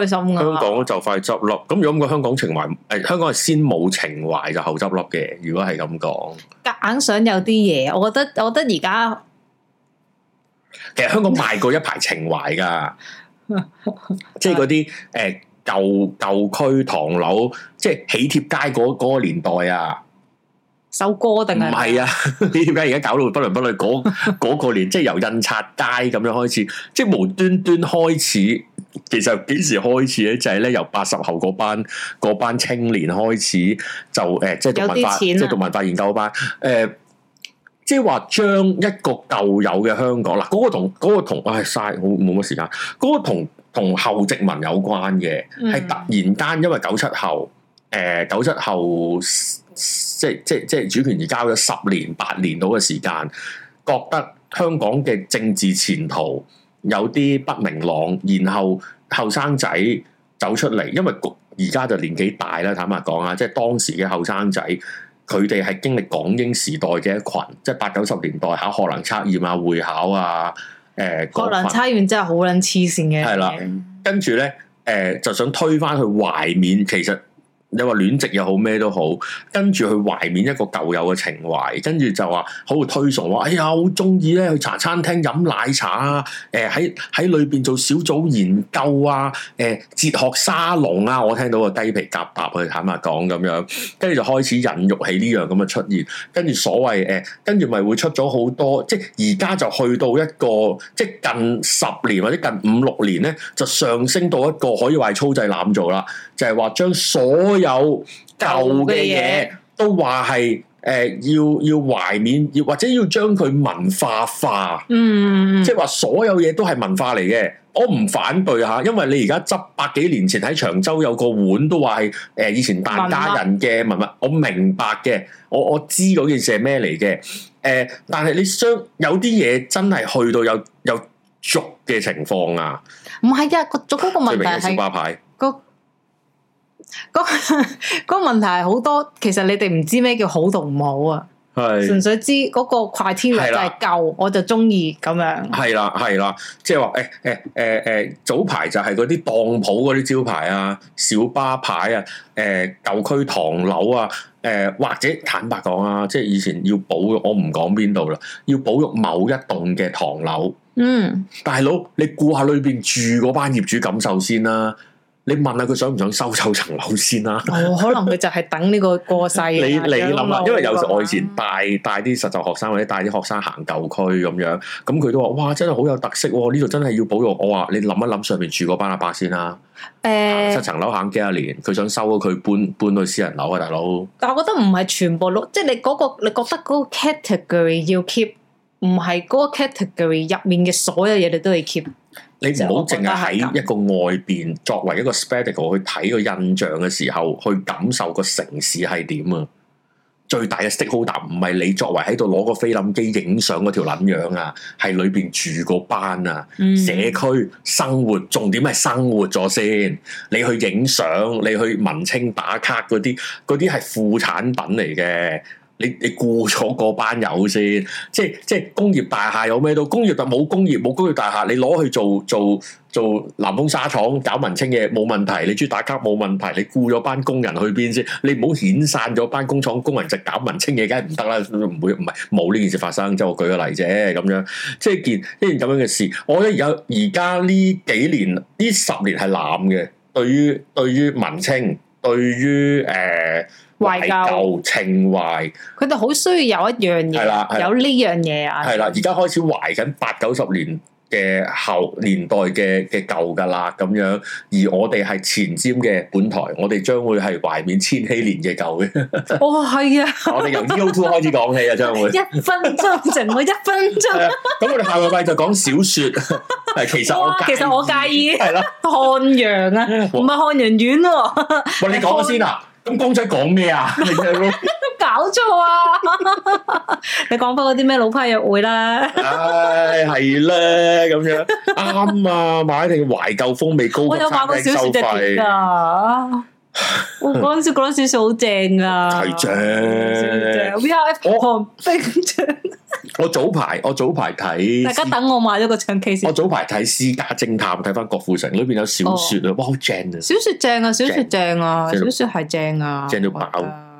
A: 開心㗎。
B: 香港就快執笠，咁如果咁講香港情懷，誒、香港係先冇情懷就後執笠嘅。如果係咁講，
A: 夾硬想有啲嘢，我覺得我覺得而家
B: 其實香港賣過一排情懷
A: <laughs>
B: 㗎，即係嗰啲誒舊舊區唐樓，即係喜帖街嗰嗰個年代啊。
A: 首歌定
B: 唔
A: 係
B: 係啊？ <laughs> 點解而家搞到不倫不類嗰嗰 <laughs> 個年，即係由印刷街咁樣開始，即係無端端開始。其實幾時開始咧？就係、咧由八十後嗰班嗰班青年開始就誒、呃即係讀
A: 有啲
B: 文化，
A: 錢
B: 即
A: 啊
B: 係讀文化研究班誒。呃即係話將一個舊有嘅香港嗱，嗰、個同嗰、個同，唉嘥，好冇乜時間。嗰、個同同後殖民有關嘅，係
A: 嗯
B: 突然間，因為九七後，誒九七後即即即主權移交咗十年八年到嘅時間，覺得香港嘅政治前途有啲不明朗，然後後生仔走出嚟，因為個而家就年紀大啦，坦白講啊，即係當時嘅後生仔。佢哋係經歷港英時代嘅一群，即係八九十年代考學能測驗啊、會考啊、誒
A: 可
B: 嗰
A: 能
B: 群
A: 差完真係好撚黐線嘅，
B: 係啦跟住咧，誒、就想推翻去懷緬，其實你話戀殖又好咩都好，跟住去懷緬一個舊有嘅情懷，跟住就話好推崇話，哎呀好中意咧去茶餐廳飲奶茶啊，誒喺喺裏邊做小組研究啊，誒、哲學沙龍啊，我聽到個雞皮夾搭去坦白講咁樣，跟住就開始孕育起呢樣咁嘅出現，跟住所謂誒、跟住咪會出咗好多，即係而家就去到一個即係近十年或者近五六年咧，就上升到一個可以話係粗製濫造啦，就係話將所有舊嘅嘢都話係誒要要懷緬，要或者要將佢文化化。
A: 嗯，嗯，
B: 即係話所有嘢都係文化嚟嘅。我唔反對嚇，因為你而家執百幾年前喺長洲有個碗都話係誒以前疍家人嘅文物，我明白嘅，我我知嗰件事係咩嚟嘅。誒、但係你相有啲嘢真係去到有有俗嘅情況啊，
A: 唔係啊，個嗰個問
B: 最明嘅
A: 題
B: 小
A: 係
B: 巴牌
A: 嗰嗰嗰 <laughs> 個問題係好多，其實你哋唔知咩叫好同唔好啊，
B: 係
A: 純粹知嗰個 criteria
B: 係
A: 就
B: 啦
A: 係夠，我就中意咁樣。
B: 係啦係啦，即係話誒誒誒誒，早排就係嗰啲當鋪嗰啲招牌啊、小巴牌啊、誒、舊區唐樓啊。誒、或者坦白講啊，即係以前要保育，我唔講邊度啦，要保育某一棟嘅唐樓，
A: 嗯，
B: 大佬你顧下裏邊住嗰班業主感受先啦，你問下佢想唔想收走層樓先啦。
A: 哦，可能佢就係等呢個過世啊。
B: <laughs> 你你諗啦，因為
A: 啊
B: 有時我以前
A: 大
B: 帶帶啲實習學生或者帶啲學生行舊區咁樣，咁佢都話：哇，真係好有特色喎！呢度真係要保育。我話你諗一諗上面住嗰班阿伯先啦，行啊七
A: 誒，
B: 層樓行幾廿年，佢想收咗佢搬搬去私人樓啊，大佬。
A: 但我覺得唔係全部咯，即係你嗰個你覺得嗰個 category 要 keep，唔係嗰個 category 入面嘅所有嘢你都要 keep。
B: 你唔好
A: 即係
B: 淨
A: 我覺得
B: 係
A: 係
B: 喺一個外邊作為一個 spectacle 去睇個印象嘅時候，去感受個城市係點啊！最大嘅 stakeholder 唔係你作為喺度攞個菲林機影相嗰條撚樣啊，係裏邊住嗰班啊。
A: 嗯
B: 社區生活，重點係生活咗先。你去影相，你去文青打卡嗰啲，嗰啲係副產品嚟嘅。你你顧咗嗰班友先，即係即係工業大廈有咩都，工業但冇工業冇工業大廈，你攞去做做做南豐紗廠搞文青嘢冇問題，你中意打卡冇問題，你顧咗班工人去邊先？你唔好遣散咗班工廠工人就搞文青嘢，梗係唔得啦，唔會唔係冇呢件事發生，即係我舉個例啫咁樣。即係件一件咁樣嘅事。我覺得而家而家呢幾年呢十年係濫嘅，對於對於文青，對於誒、呃、
A: 懷舊
B: 舊情懷
A: 佢哋好需要有一樣
B: 係啦係
A: 嘢，
B: 啦
A: 有呢樣嘢啊。
B: 係啦，而家開始懷緊八九十年嘅後年代嘅嘅舊㗎啦，咁樣而我哋係前瞻嘅本台，我哋將會係懷緬千禧年嘅
A: <laughs>
B: 舊嘅。
A: 哦，係啊，
B: 我哋由 U Two 開始講起啊，將
A: <laughs>
B: 會。
A: 一分鐘剩我一分
B: 係
A: 鐘。
B: 啊咁我哋下個禮拜就講小説，
A: <laughs>
B: 係 <laughs> 其實我
A: 哇，其實我介意 <laughs>
B: 係啦。
A: 漢陽啊，唔係漢陽丸喎， <laughs>
B: 喂，你講咗先啊！咁公仔講咩啊？你聽咯
A: 搞錯啊！ <laughs> 你講翻嗰啲咩老派約會啦，
B: 唉，係咧咁樣啱啊！買定懷舊風味高
A: 我
B: 級
A: 有買
B: 餐
A: 過
B: 廳
A: 小
B: 收
A: 説隻碟
B: <laughs> 費，
A: 㗎。我嗰陣時覺得小説好正㗎，
B: 係正
A: 正。We are
B: 我
A: 寒冰將，
B: 我早排我早排睇
A: 大，家等我買咗個唱 K
B: 我
A: 先。
B: 早排睇《私家偵探》，睇翻郭富城，裏邊有小說啊，哇，好正啊！
A: 小説正啊，小説正啊，小
B: 正
A: 説係正啊，
B: 正到爆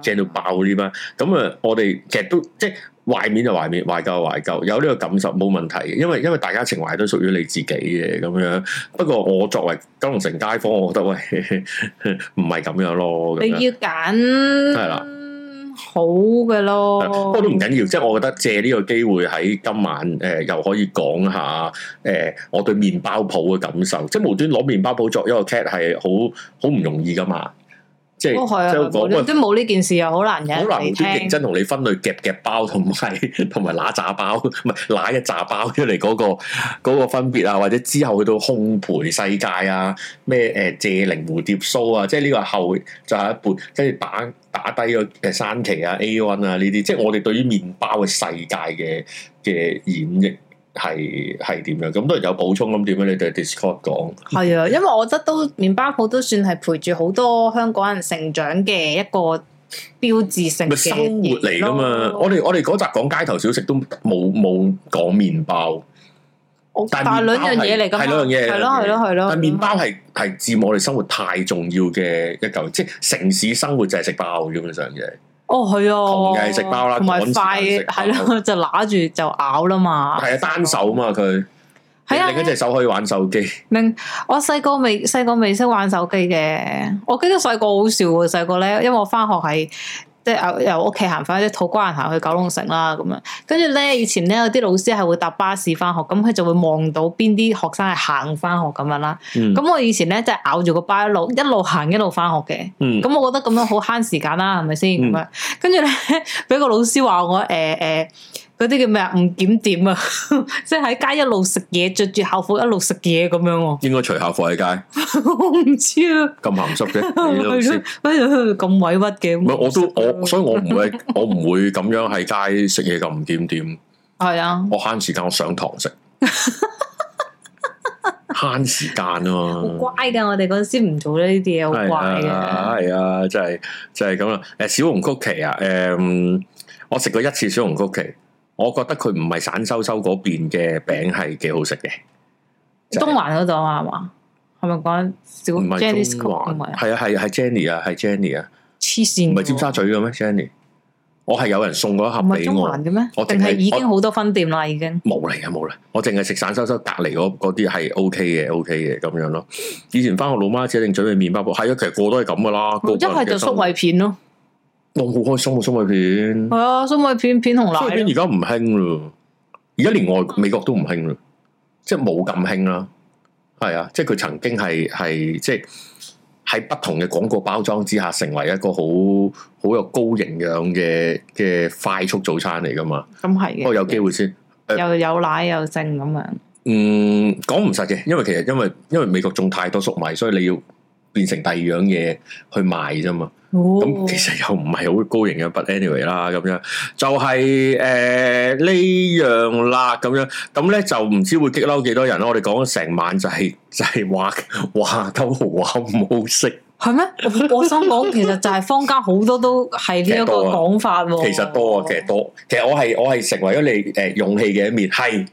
B: 正到爆呢班。咁啊，我哋其實都即係懷緬就懷緬，懷舊就懷舊，有呢個感受冇問題嘅，因為因為大家情懷都屬於你自己嘅咁樣。不過我作為九龍城街 <laughs> 坊，我覺得喂唔係咁樣咯。咁
A: 你
B: 樣
A: 要揀係
B: 啦，
A: 好嘅咯
B: 係。不過都唔緊要，即係我覺得借呢個機會喺今晚誒、呃又可以講下誒、呃我對麵包鋪嘅感受，即係無端攞麵包鋪作一個 cat 係好好唔容易噶嘛，即係
A: 哦，係啊，
B: 即係
A: 係
B: 講
A: 無
B: 喂
A: 端端冇呢件事又啊好難嘅，
B: 好難
A: 你
B: 無端
A: 聽
B: 認真同你分類夾夾包同埋 <laughs> 同埋乸炸包，唔係乸一炸包出嚟嗰、個嗰個分別啊，或者之後去到烘焙世界啊，咩誒、借靈蝴蝶酥啊，即係呢個後就係一半，跟住打打低個誒山崎啊 A one 啊呢啲，即係我哋對於麵包嘅世界嘅嘅演繹係係點樣？咁當然有補充咁點樣？你哋 Discord 講。
A: 係
B: <laughs>
A: 啊，因為我覺得都麵包鋪都算係陪住好多香港人成長嘅一個標誌性
B: 咪
A: 嘅
B: 生活嚟噶嘛
A: 嘢？咯
B: 我哋我哋嗰集講街頭小食都冇冇講麵包，
A: 我
B: 但
A: 但
B: 係
A: 係兩樣
B: 麵包係
A: 嘢嚟㗎嘛，
B: 係兩樣嘢
A: 係咯係咯係咯。
B: 但麵包係係佔我哋生活太重要嘅一嚿，即係城市生活就係食包基本上嘅。
A: 哦係啊，
B: 窮嘅係食包啦
A: 同埋
B: 趕時間
A: 快
B: 食包
A: 係咯，就揦住就咬啦嘛。
B: 係啊，單手嘛佢，
A: 係啊
B: 另一隻手可以玩手機，
A: 明我細個未細個未識玩手機嘅，我記得細個好笑喎，細個咧，因為我翻學係。即係由由屋企行翻，即係土瓜灣行去九龍城啦咁樣。跟住咧，以前咧有啲老師係會搭巴士翻學，咁佢就會望到邊啲學生係行翻學咁樣啦。
B: 嗯
A: 咁、我以前咧就係咬住個巴一路一路行一路翻學嘅。
B: 嗯
A: 咁我覺得咁樣好慳時間啦，係咪先咁
B: 嗯
A: 樣？跟住咧， <laughs> 俾個老師話我誒誒。呃嗰啲叫咩啊？唔檢點啊！ <laughs> 即係喺街一路食嘢，着住校服一路食嘢咁樣喎。 <laughs>
B: 應該除校服喺街
A: 我唔知啊，
B: 咁鹹
A: <laughs>
B: 濕嘅，你老
A: 係
B: 師
A: 咯，哎呀咁委屈嘅。
B: 唔係我都我，所以我唔會我唔會咁樣喺街食嘢咁唔檢點，
A: 係啊，
B: 我慳時間我上堂
A: <laughs>
B: 食，慳時間啊嘛
A: 好。乖㗎。我哋嗰陣時唔做呢啲嘢，好
B: 係
A: 乖
B: 啊，
A: 嘅。
B: 係啊，就係就係咁啦。誒，小紅曲奇啊，誒、嗯我食過一次小紅曲奇，我覺得佢唔係散修修嗰邊嘅餅係幾好食嘅，就係
A: 東環嗰度啊係嘛？係咪講小
B: 唔
A: Jenny's
B: 係
A: Cook
B: 中
A: 唔
B: 環，
A: 係
B: 係啊係係 Jenny 啊係 Jenny 啊，
A: 黐
B: 唔
A: 線㗎喎？
B: 係尖沙咀嘅咩 Jenny？我係有人送過一盒
A: 唔係
B: 俾
A: 中
B: 我
A: 環，嘅咩
B: 我？淨係
A: 定係已經好多分店啦，已經。
B: 冇嚟嘅冇嚟，我淨係食散修修隔離嗰嗰啲係 O K 嘅 O K 嘅咁樣咯。以前翻學老媽姐定準備麵包鋪，係啊，其實個個都係咁噶啦，個個
A: 一係
B: 人嘅
A: 就
B: 生
A: 粟
B: 活，
A: 米片咯，
B: 我好開心啊，粟米片。
A: 係啊，粟米片片同奶
B: 所以
A: 咯
B: 而家唔興咯，而家連外美國都唔興咯，即係冇咁興啦。係啊，即係佢曾經係係即係喺不同嘅廣告包裝之下，成為一個好好有高營養嘅嘅快速早餐嚟噶嘛。
A: 咁係
B: 不
A: 嘅
B: 過。哦有機會先，誒
A: 又有奶又剩咁樣，
B: 嗯，講唔實嘅，因為其實因為因為美國種太多粟米，所以你要變成第二樣嘢去賣啫嘛。咁
A: 咁
B: 其實又唔係好高型嘅，but anyway 啦，咁樣就係誒呢樣啦，咁樣咁咧就唔知會激嬲幾多人咯。我哋講咗成晚就係、 <laughs> 就係、話話都話唔好食，
A: 係咩？我我想講，其實就係坊間好多都係呢
B: <laughs>
A: 一個講法喎。
B: 啊其實多啊，其實多，其實我係我係成為咗你誒、呃勇氣嘅一面，係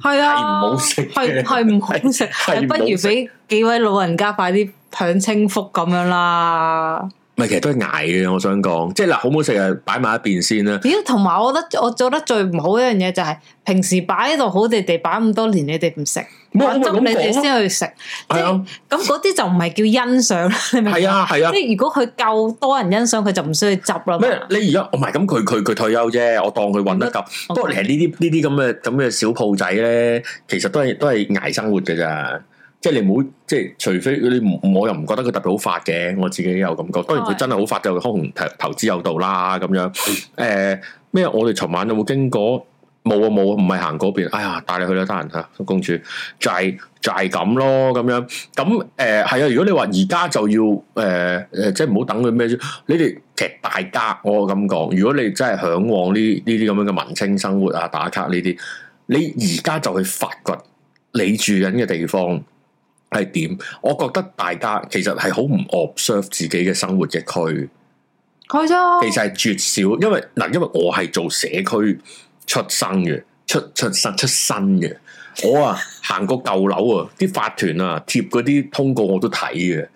A: 係
B: 係唔
A: 啊，
B: 好食
A: 係
B: 嘅
A: 係唔好食，
B: <laughs> 係唔
A: 不
B: 好食
A: 如俾幾位老人家快啲享清福咁樣啦。
B: 唔係其實都係捱嘅。我想講，即係嗱，好唔好食啊，擺埋一邊先啦。
A: 咦，同埋我覺得我做得最唔好一樣嘢就係平時擺喺度好地地擺咁多年，你哋唔食，
B: 唔係
A: 我
B: 我
A: 執
B: 咪
A: 你
B: 咁
A: 哋
B: 講啊咯，
A: 先去食。即
B: 係啊，
A: 咁嗰啲就唔係叫欣賞啦， <laughs> 你明唔明
B: 係啊，係啊。
A: 即係如果佢夠多人欣賞，佢就唔需要執啦嘛。
B: 咩？你而家哦我唔係咁，佢佢佢退休啫，我當佢揾得夠。不過其實呢啲呢啲咁嘅咁嘅小鋪仔咧，其實都係都係捱生活嘅咋。即係你唔好，即係除非你唔，我又唔覺得佢特別好發嘅，我自己有感覺。當然佢
A: 係
B: 真係好發就可能投投資有道啦咁樣。誒、咩？我哋尋晚有冇經過？冇啊冇啊，唔係行嗰邊。哎呀，帶你去啦，得閒嚇，公主就係、就係、咁咯，咁樣。咁誒係啊，如果你話而家就要誒誒、呃即係唔好等佢咩啫。你哋其實大家，我咁講，如果你真係向往呢呢啲咁樣嘅文青生活啊、打卡呢啲，你而家就去發掘你住緊嘅地方係點。我覺得大家其實係好唔 observe 自己嘅生活嘅區，
A: 佢啫，
B: 其實係絕少，因為嗱，因為我係做社區出生嘅，出出生出身嘅。我啊，行過舊樓啊，啲法團啊貼嗰啲通告我都睇嘅，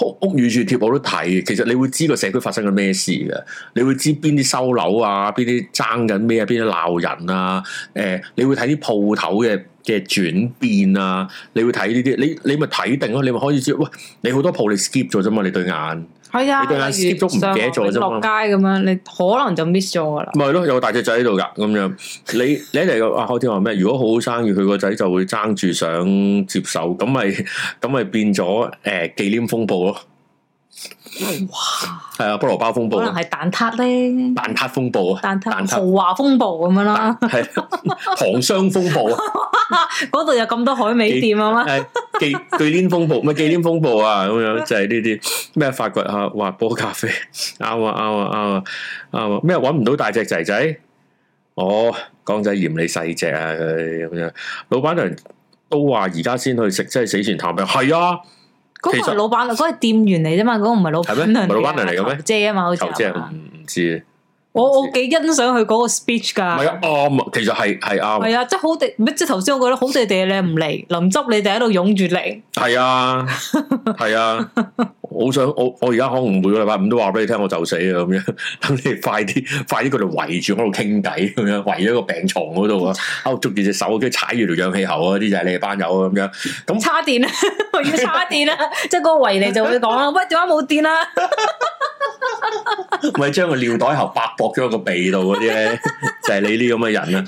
B: 屋屋宇署貼我都睇嘅。其實你會知個社區發生緊咩事嘅，你會知邊啲收樓啊，邊啲爭緊咩啊，邊啲鬧人啊。誒、你會睇啲鋪頭嘅嘅轉變啊，你會睇呢啲，你你咪睇定咯，你咪可以知，喂，你好多鋪你 skip 咗啫嘛，你對眼。
A: 係啊，
B: 你對眼
A: 例如
B: skip 咗唔記得咗啫
A: 上落
B: 嘛
A: 街咁樣，你可能就 miss 咗噶啦。
B: 咪係咯，有個大隻仔喺度噶，咁樣你你一嚟個啊，開天話咩？如果好好生意，佢個仔就會爭住想接手，咁咪咁咪變咗誒忌廉風暴咯，
A: 哇！
B: 係啊，菠蘿包風暴
A: 可能
B: 咯，
A: 係蛋撻咧，
B: 蛋撻風暴啊，
A: 蛋撻
B: 蛋撻
A: 豪華風暴咁樣
B: 蛋
A: 啦，
B: 係 <laughs> 糖霜風暴啊，
A: 嗰度有咁多海味店啊嘛。
B: 誒忌忌廉風暴，咪忌廉風暴啊，咁樣就係呢啲咩發掘下滑波咖啡，啱啊啱啊啱啊啱啊，咩揾唔到大隻仔仔？哦，江仔嫌你細隻啊，佢咁樣。老闆娘都話而家先去食，真係死前探病。係啊，
A: 嗰
B: 其
A: 個
B: 實
A: 係老闆，嗰個係店員嚟啫嘛，嗰個唔係老 <laughs> 闆
B: 係咩
A: 娘
B: 唔
A: 嚟㗎，
B: 係老闆娘嚟嘅咩
A: 頭姐啊嘛，好似
B: 頭姐
A: 係嘛
B: 唔唔知，
A: 我我幾欣賞佢嗰個 speech
B: 唔
A: 㗎
B: 係。啊啱啊，其實係係啱，
A: 係啊，即係好地，唔係即係頭先我覺得好地地你唔嚟，臨執你哋喺度湧住嚟，<laughs>
B: 係啊係啊，好想我我而家可能每個禮拜五都話俾你聽，我就死啊咁樣， <laughs> 等你快啲快啲佢哋圍住我喺度傾偈咁樣，圍咗個病床嗰度啊，喺度捉住隻手，跟住踩住條氧氣喉啊，啲就係你哋班友啊咁樣。
A: 叉電啦， <laughs> 我要叉電啦， <laughs> 即係嗰個維尼就會講
B: <laughs>
A: 啦，喂，點解冇電啊啦？
B: 咪將個尿袋喉白駁咗個鼻度嗰啲咧，就係你呢咁 <laughs> 嘅人
A: <laughs>
B: 啦。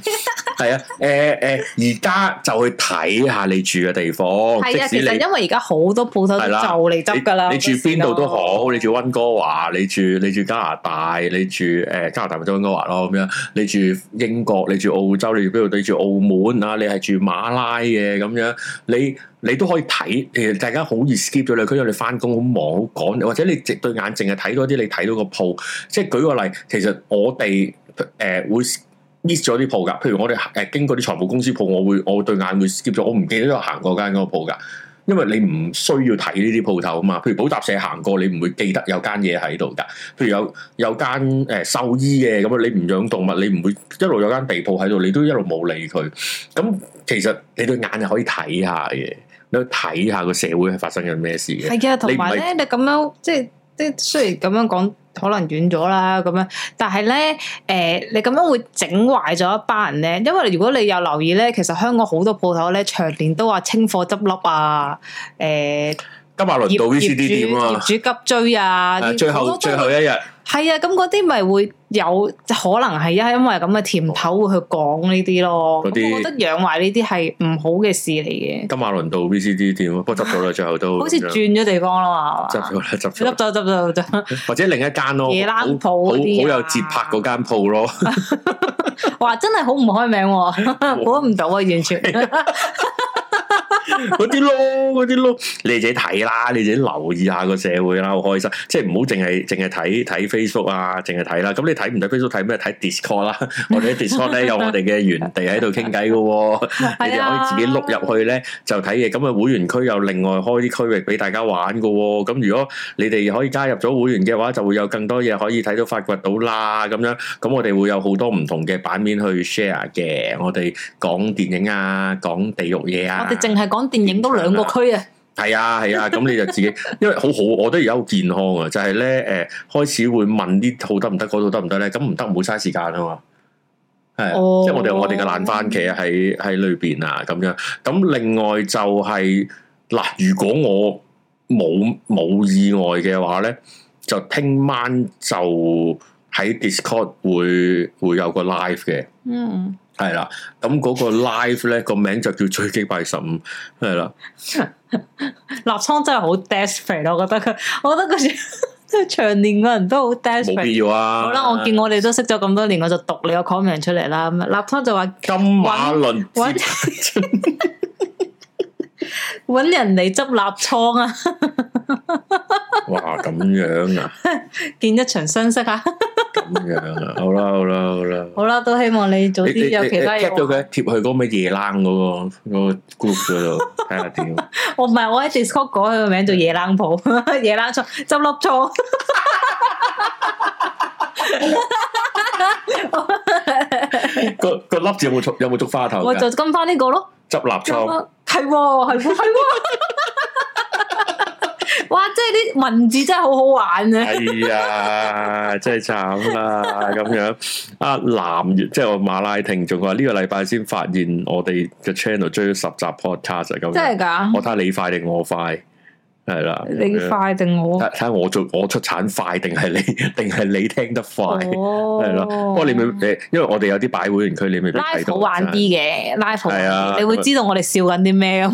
B: 係啊，誒誒，而家就去睇下你住嘅地方，哦即
A: 係啊，其
B: 使你
A: 實因為而家好多鋪頭都就
B: 係啦
A: 嚟執㗎啦，
B: 你你住邊度都好，你住温哥華，你住你住加拿大，你住誒、呃加拿大咪即係温哥華咯咁樣，你住英國，你住澳洲，你住邊度？你住澳門啊，你係住馬拉嘅咁樣，你你都可以睇。其實大家好易 skip 咗你，佢因為你翻工好忙好趕，或者你直對眼淨係睇到啲你睇到個鋪。即係舉個例，其實我哋誒、呃、會 miss 咗啲鋪㗎。譬如我哋誒、呃、經過啲財務公司鋪，我會我對眼會 skip 咗，我唔記得咗行過間嗰個鋪㗎。因為你唔需要睇呢啲鋪頭啊嘛，譬如補習社行過，你唔會記得有間嘢喺度㗎。譬如有有間誒、呃獸醫嘅咁樣，你唔養動物，你唔會一路有間地鋪喺度，你都一路冇理佢。咁其實你對眼係可以睇下嘅，你去睇下個社會係發生緊咩事嘅。
A: 係啊，同埋
B: 你
A: 咧，你咁樣即係即係雖然咁樣講可能遠咗啦，咁樣，但係咧，誒、你咁樣會整壞咗一班人咧，因為如果你有留意咧，其實香港好多鋪頭咧，長年都話清貨執笠啊，誒、
B: 今日輪到
A: 業
B: VCD
A: 業主
B: 店啊
A: 業，主急追啊，
B: 啊
A: 啲
B: 最
A: 好
B: 後
A: 多都
B: 最後一日。
A: 係啊，咁嗰啲咪會有可能係因因為咁嘅甜頭會去講呢啲咯，
B: 嗰啲
A: 咁我覺得養壞呢啲係唔好嘅事嚟嘅，
B: 金馬倫道 VCD 店，啊不過執咗啦，最後都
A: 好似轉咗地方啦嘛，
B: 執咗啦，執咗
A: 執
B: 啦，
A: 咗執咗執咗。
B: 或者另一間咯，
A: 夜冷
B: 好
A: 鋪
B: 好好
A: 嗰啲啊
B: 有節拍嗰間鋪咯，
A: <laughs> 哇！真係好唔開名喎、估唔到啊，
B: <laughs>
A: 完全
B: 嗰啲咯，嗰啲咯，你自己睇啦，你自己留意下個社會啦，好開心，即係唔好淨係淨係睇睇 Facebook 啊，淨係睇啦，咁你睇唔睇 Facebook 睇咩？睇 Discord 啦， <laughs> 我哋喺 Discord 咧有我哋嘅園地喺度傾偈嘅喎。你
A: 係
B: 哋
A: 啊，
B: 可以自己碌入去咧就睇嘢，咁啊會員區又另外開啲區域俾大家玩嘅喎、咁如果你哋可以加入咗會員嘅話，就會有更多嘢可以睇到發掘到啦。咁樣咁我哋會有好多唔同嘅版面去 share 嘅。我哋講電影啊，講地獄嘢
A: 我
B: 啊
A: 哋，淨係講電影都兩個區啊，
B: 係啊係啊。咁、你就自己，因為好好，我覺得而家好健康啊，就係咧誒開始會問呢套得唔得，嗰套得唔得咧？咁唔得唔好嘥時間啊嘛。係啊，
A: 哦
B: 即係我哋我哋嘅爛番茄喺喺裏邊啊，咁樣。咁另外就係、嗱，如果我冇冇意外嘅話咧，就聽晚就喺 Discord 會會有個 live 嘅。
A: 嗯，
B: 係啦，咁嗰個 live 咧個名就叫追擊八十五，係啦，
A: 立倉真係好 desperate，我覺得佢，我覺得佢 <laughs> 即係長年個人都好
B: 冇
A: desperate。
B: 必要啊。
A: 好啦，我見我哋都識咗咁多年，我就讀你個 comment 出嚟啦。咁立倉就
B: <laughs>
A: 話
B: 金馬倫
A: 揾
B: 接
A: <laughs> 揾人嚟執立倉啊， <laughs>
B: 哇咁樣啊，
A: 見一場新色啊。 <laughs>
B: 咁樣啊，好啦好啦好啦，
A: 好啦，都希望你早
B: 你你
A: 啲
B: 你
A: 有其他
B: cap 咗
A: 嘢玩。
B: 佢貼去嗰個咩夜冷嗰個嗰個 group 嗰度睇下點。
A: <laughs> 我唔係，我喺
B: <laughs>
A: Discord 改佢個名做夜冷鋪， <laughs> 夜冷倉執笠倉。
B: 個個粒字有冇捉有冇捉花頭
A: 我就
B: 㗎？
A: 跟翻呢個咯。
B: 執立
A: 係喎，係
B: 倉 <laughs>
A: 喎，係喎，係喎。哇！即係啲文字真係好好玩啊！
B: 係啊，哎真係慘啦咁樣。啊，南越即係我馬拉聽眾佢話呢個禮拜先發現我哋嘅 channel 追咗十集 podcast 啊咁樣。
A: 真係㗎，
B: 我睇下你快定我快，係啦。
A: 你快定我？
B: 睇睇下我做我出產快定係你 <laughs> 定係你聽得快？
A: 哦
B: 係
A: 係
B: 咯，不過你未誒，因為我哋有啲擺會員區，你未必
A: live
B: 睇到。
A: 好玩啲嘅，live 好玩
B: 啊係啊
A: 啲，你會知道我哋笑緊啲咩咁。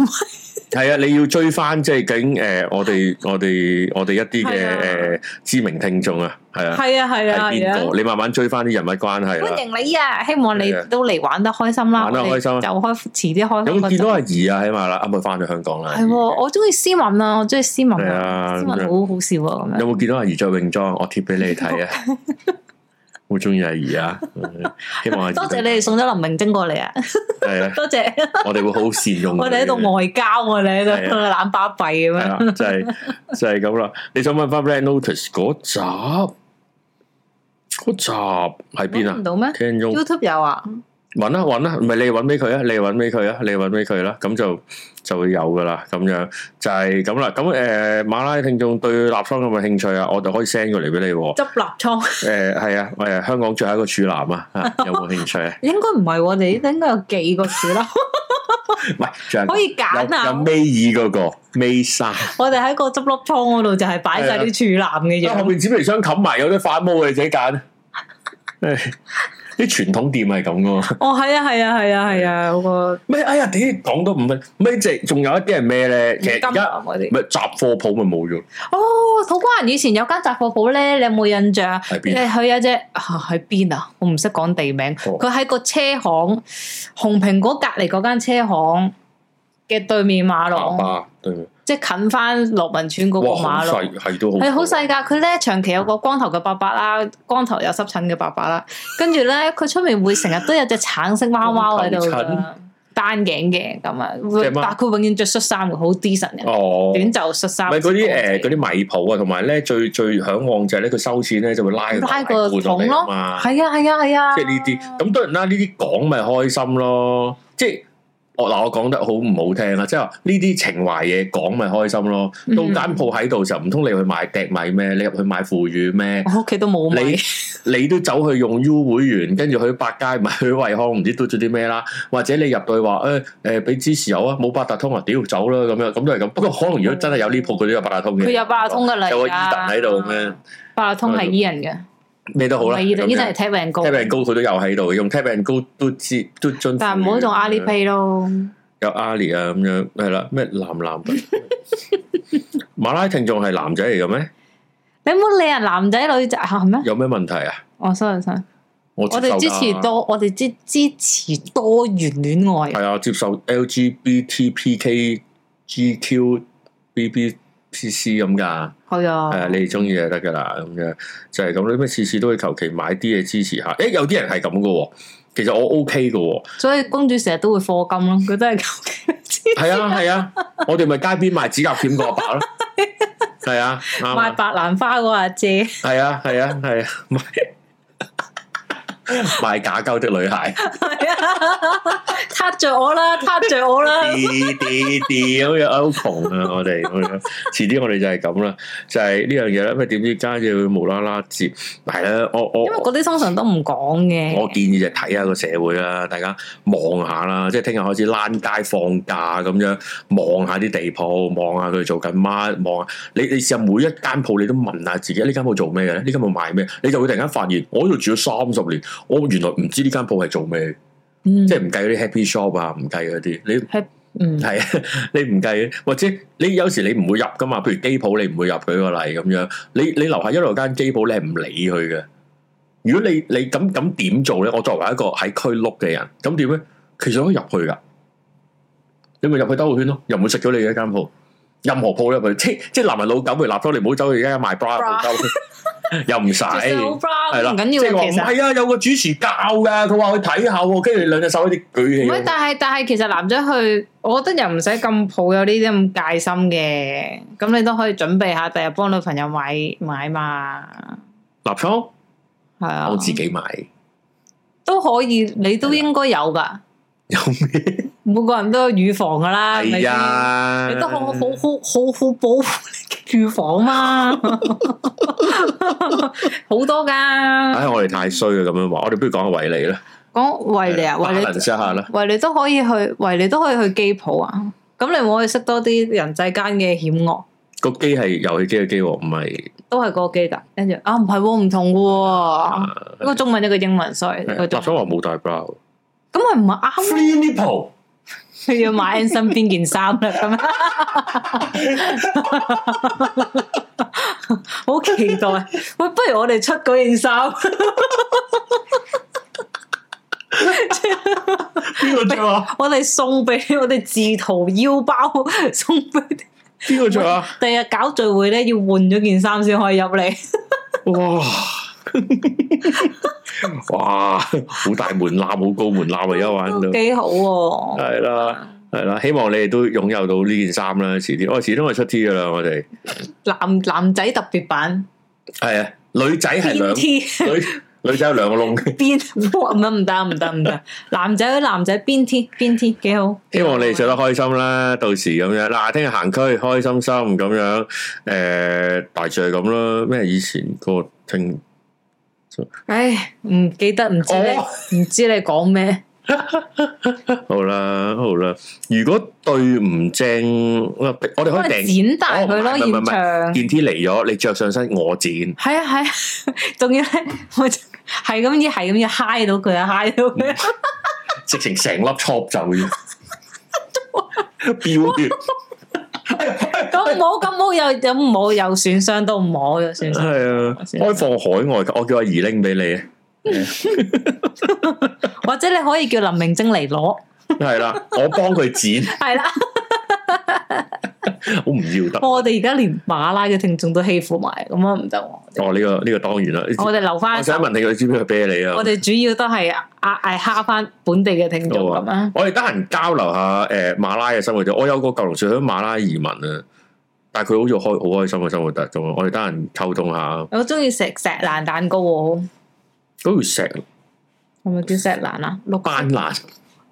B: 係啊，你要追翻即係究竟誒，我哋我哋我哋一啲
A: 係啊
B: 嘅誒知名聽眾啊，係
A: <laughs>
B: 啊，
A: 係啊係啊
B: 係
A: 係
B: 邊
A: 啊！
B: 個？你慢慢追翻啲人物關係啦
A: 歡。迎你啊！希望你
B: 係啊
A: 都嚟玩得開心啦，
B: 玩得
A: 我哋
B: 開心啊
A: 就開遲啲開翻個
B: 咁見
A: 集
B: 到阿怡啊，起碼啦，啱啱翻咗香港啦。
A: 係喎，我中意斯文啊，我中意斯文
B: 係
A: 啊，
B: 啊
A: 斯文好好笑啊咁樣。
B: 有冇見到阿怡着泳裝？我貼俾你睇
A: <laughs>
B: 啊！好中意阿怡啊！希望阿怡啊
A: 多謝你哋送咗林明晶過
B: <laughs>
A: 嚟啊！
B: 係啊！
A: 多謝，
B: 我哋會好好善
A: <laughs>
B: 用
A: 我哋喺度
B: 佢嘅
A: 外交啊，你喺度
B: 係
A: 懶巴閉咁
B: 係
A: 樣。
B: 啦，就係就係咁啦。你想問翻 Red Notice 嗰集？嗰集喺邊
A: 搵唔
B: 啊？
A: 到咩
B: 聽眾
A: ？YouTube 有啊，
B: 揾啦揾啦，唔係你揾俾佢啊，你揾俾佢啊，你揾俾佢啦，咁就就會有噶啦，咁樣就係咁啦。咁誒、呃、馬拉聽眾對立倉有冇興趣啊？我就可以 send 過嚟俾你
A: <laughs>
B: 喎。
A: 執立倉
B: 誒係啊，誒香港最後一個處男啊，啊有冇興趣啊？
A: 應該唔係我哋，應該有幾個處啦，
B: 唔係，仲有
A: 可以
B: 有
A: 揀
B: 有
A: 啊！
B: 尾二嗰個尾三，
A: 我哋喺個執笠倉嗰度就係擺
B: 啊
A: 晒啲處男嘅
B: 後
A: 樣，
B: 面紙皮箱冚埋有啲反毛嘅，你自己揀。誒啲傳統店係咁噶嘛？
A: 哦，係啊，係啊，係啊，係啊，有個
B: 咩？哎呀，點講到五分？咩即係仲有一啲係咩咧？其
A: 現
B: 實
A: 金
B: 而家
A: 啊嗰啲。
B: 咪雜貨鋪咪冇咗，
A: 哦，土瓜灣以前有間雜貨鋪咧，你有冇印象？
B: 喺
A: 你
B: 邊？
A: 佢有隻啊喺邊啊？我唔識講地名。
B: 哦
A: 佢喺個車行紅蘋果隔離嗰間車行嘅對面馬
B: 爸
A: 路，
B: 啊爸對面，
A: 即係近翻落文村嗰個
B: 哦哇，好啊
A: 馬路。
B: 細，係都好，
A: 係好。細㗎，佢咧長期有個光頭嘅伯伯啦，光頭有濕疹嘅伯伯啦，跟住咧佢出面會成日都有隻橙色貓貓喺度
B: 光頭
A: 㗎，單頸嘅咁啊，
B: 隻
A: 會
B: 貓
A: 但佢永遠着恤衫嘅，好 decent 嘅，
B: 哦，
A: 短袖恤衫。
B: 唔係嗰啲誒嗰啲米鋪啊，同埋咧最最嚮往就係咧佢收錢咧就會拉個
A: 拉個
B: 大罐落嚟
A: 桶
B: 啊
A: 咯
B: 嘛。
A: 係啊係啊係啊，
B: 即係呢啲。咁當然啦，呢啲講咪開心咯。即係我嗱，我講得好唔好聽啦，即係話呢啲情懷嘢講咪開心咯。
A: 嗯
B: 到間鋪喺度就唔通你去買笛米咩？你入去買腐乳咩？
A: 我屋企都冇米
B: 你。你都走去用 U 會員，跟住去百佳咪去惠康，唔知嘟咗啲咩啦。或者你入到去話誒誒俾支豉油啊，冇八達通啊，屌走啦咁樣，咁都係咁。不過可能如果真係有呢鋪，佢都有八達通嘅。
A: <laughs> 佢有八達通㗎啦，
B: 有個
A: 而
B: 伊頓
A: 家
B: 喺度咁樣，
A: 八達通係 E 人嘅，
B: 咩都好啦。
A: 唔係 E 人
B: 咁樣
A: E 人係 Tap and Go，
B: Tap and Go 佢都有喺度，用 Tap and Go 都知都樽。
A: 但係唔好用 Alipay 咯。
B: 有 Ali 啊咁樣，係啦，咩男男馬拉聽眾係男仔嚟嘅咩？
A: 你唔好理人男仔女仔係咩？哦
B: 有咩問題啊？
A: 我 sorry sorry，
B: 我
A: 我哋支
B: 接受㗎
A: 持多，我哋支支持多元戀愛。
B: 係啊，接受 LGBTPKGQBBPC 咁噶，
A: 係啊，
B: 係啊，你哋中意就得噶啦，咁樣就係咁。你咩次次都會求其買啲嘢支持下？誒，有啲人係咁噶喎，其實我 OK 噶喎，
A: 所以公主成日都會課
B: <laughs>
A: 金咯，佢真係咁
B: 係啊係啊，我哋咪街邊賣指甲片個阿
A: <laughs>
B: 伯咯，係啊，啱啊
A: 賣白蘭花嗰個阿姐， <laughs>
B: 係啊，係啊，係啊，賣賣假鳩的
A: <laughs>
B: 女孩，
A: 係啊，撻着我啦，撻着我啦，
B: 啲啲啲咁樣好窮啊！我哋咁樣，遲啲我哋就係咁啦，就係呢樣嘢啦。因為點知家姐會無啦啦接，係啦，我 <laughs> 我
A: 因為嗰啲通常都唔講嘅。
B: 我建議就睇下個社會啦，大家望下啦，即係聽日開始躝街放假咁樣，望下啲地鋪，望下佢做緊乜，望下你你試下每一間鋪你都問下自己呢間鋪做咩嘅咧，呢間鋪賣咩，你就會突然間發現，我喺度住咗三十年，我原來唔知呢間鋪係做咩，
A: 嗯
B: 即係唔計嗰啲 Happy Shop 啊，唔計嗰啲，你
A: 嗯
B: 係啊，你唔計，或者你有時你唔會入噶嘛，譬如機鋪你唔會入佢個例咁樣，你你樓下一路間機鋪你係唔理佢嘅。如果你你咁咁點做咧？我作為一個喺區碌嘅人，咁點咧？其實可以入去噶，你咪入去兜個圈咯，又唔會食咗你嘅一間鋪，任何鋪入去，即即男人老狗，譬如立咗你唔好走去而家賣 bra 鋪
A: Bra
B: 兜 <laughs> 圈，又
A: <laughs>
B: 唔使。
A: 着上好 bra
B: 係啦，
A: 唔緊
B: 即係
A: 要
B: 話
A: 嘅
B: 唔
A: 其實。
B: 係啊，有個主持教噶，佢話去睇下喎，跟住兩隻手喺啲舉
A: 唔
B: 起
A: 係，
B: 咁。
A: 但係但係，其實男仔去，我覺得又唔使咁抱有呢啲咁戒心嘅，咁你都可以準備下，第日幫女朋友買買嘛，
B: 立倉，
A: 係啊，
B: 我自己買，
A: 都可以，你都應該有噶，
B: 有咩？
A: 每個人都有乳房噶啦，係咪
B: 係
A: 先？
B: 啊，
A: 你都好好好好好好保護你嘅廚房嘛， <laughs> 好多噶。
B: 哎唉，我哋太衰啦，咁樣話，我哋不如講下維尼啦，
A: 講維尼啊，維
B: 平衡一
A: 尼，
B: 下啦。
A: 維尼都可以去，維尼都可以去機鋪啊。咁你可以識多啲人際間嘅險惡，
B: 個機係遊戲機嘅機喎，唔係
A: 都係嗰個機㗎。跟住啊，唔係喎，唔同嘅喎，一啊個中文一個英文，sorry，一個
B: 立
A: 中
B: 咗
A: 文
B: 話冇大 bra。
A: 咁咪唔係啱
B: Free nipple，
A: 你 <laughs> 要買 a 身邊件衫啦，咁 <laughs> 樣好期待。喂，不如我哋出嗰件衫， <laughs>
B: 邊個着
A: <laughs>
B: 啊？
A: 我哋送俾我哋自掏腰包送俾。
B: 邊個着啊？
A: 第日搞聚會咧，要換咗件衫先可以入嚟。 <laughs>
B: 哇！哇！好大門檻，好高門檻啊！而家玩到
A: 都幾好喎、
B: 係啦，係啦，希望你哋都擁有到呢件衫啦。遲啲，我哦遲啲我出 T 噶啦，我哋
A: 男男仔特別版
B: 係啊，女仔係
A: 邊
B: 兩
A: T
B: 女女仔有兩個窿嘅。
A: 邊，哇唔得唔得唔得唔得，男仔男仔邊 T 邊 T 幾好。
B: 希望你哋着得開心啦，到時咁樣嗱，聽日行區開心心咁樣，诶、大致係咁啦。咩以前個聽
A: 唉，唔記得，唔知
B: 哦
A: 你唔知你講咩，
B: 好啦好啦，如果對唔正，我
A: 因
B: 哋可以
A: 為
B: 訂
A: 剪大佢
B: 哦
A: 咯，
B: 唔係唔係
A: 現
B: 唔係
A: 場。
B: 件 T 嚟咗，你着上身我剪，
A: 係啊係啊， <laughs> 仲要咧，我就係咁要係咁要嗨到佢啊，嗨到佢
B: <laughs>
A: 啊，
B: 直情成粒 top 就
A: <laughs>
B: 要飆血，
A: 咁唔好咁唔好又咁唔好又損傷都唔好又損傷。
B: 係啊！開放海外，我叫阿姨拎俾你啊！
A: 或者你可以叫林明晶嚟攞，
B: 係啦，我幫佢剪，
A: 係
B: <laughs>
A: 啦。
B: 好唔要得。
A: 我哋而家連馬拉嘅聽眾都欺負埋，咁啊唔得喎。
B: 哦，呢、個呢、個當然啦。
A: 我哋留
B: 我
A: 翻，
B: 想問你，佢知唔知佢啤你啊？
A: 我哋主要都係啊係蝦翻本地嘅聽眾
B: 好啊
A: 咁啊。
B: 我哋得閒交流下誒、呃、馬拉嘅生活啫。我有個舊同事喺馬拉移民啊，但係佢好似開好開心嘅生活得咁啊。我哋得閒溝通下，
A: 我中意食石蘭蛋糕喎，
B: 嗰條石
A: 係咪叫石蘭啊？綠色
B: 斑蘭，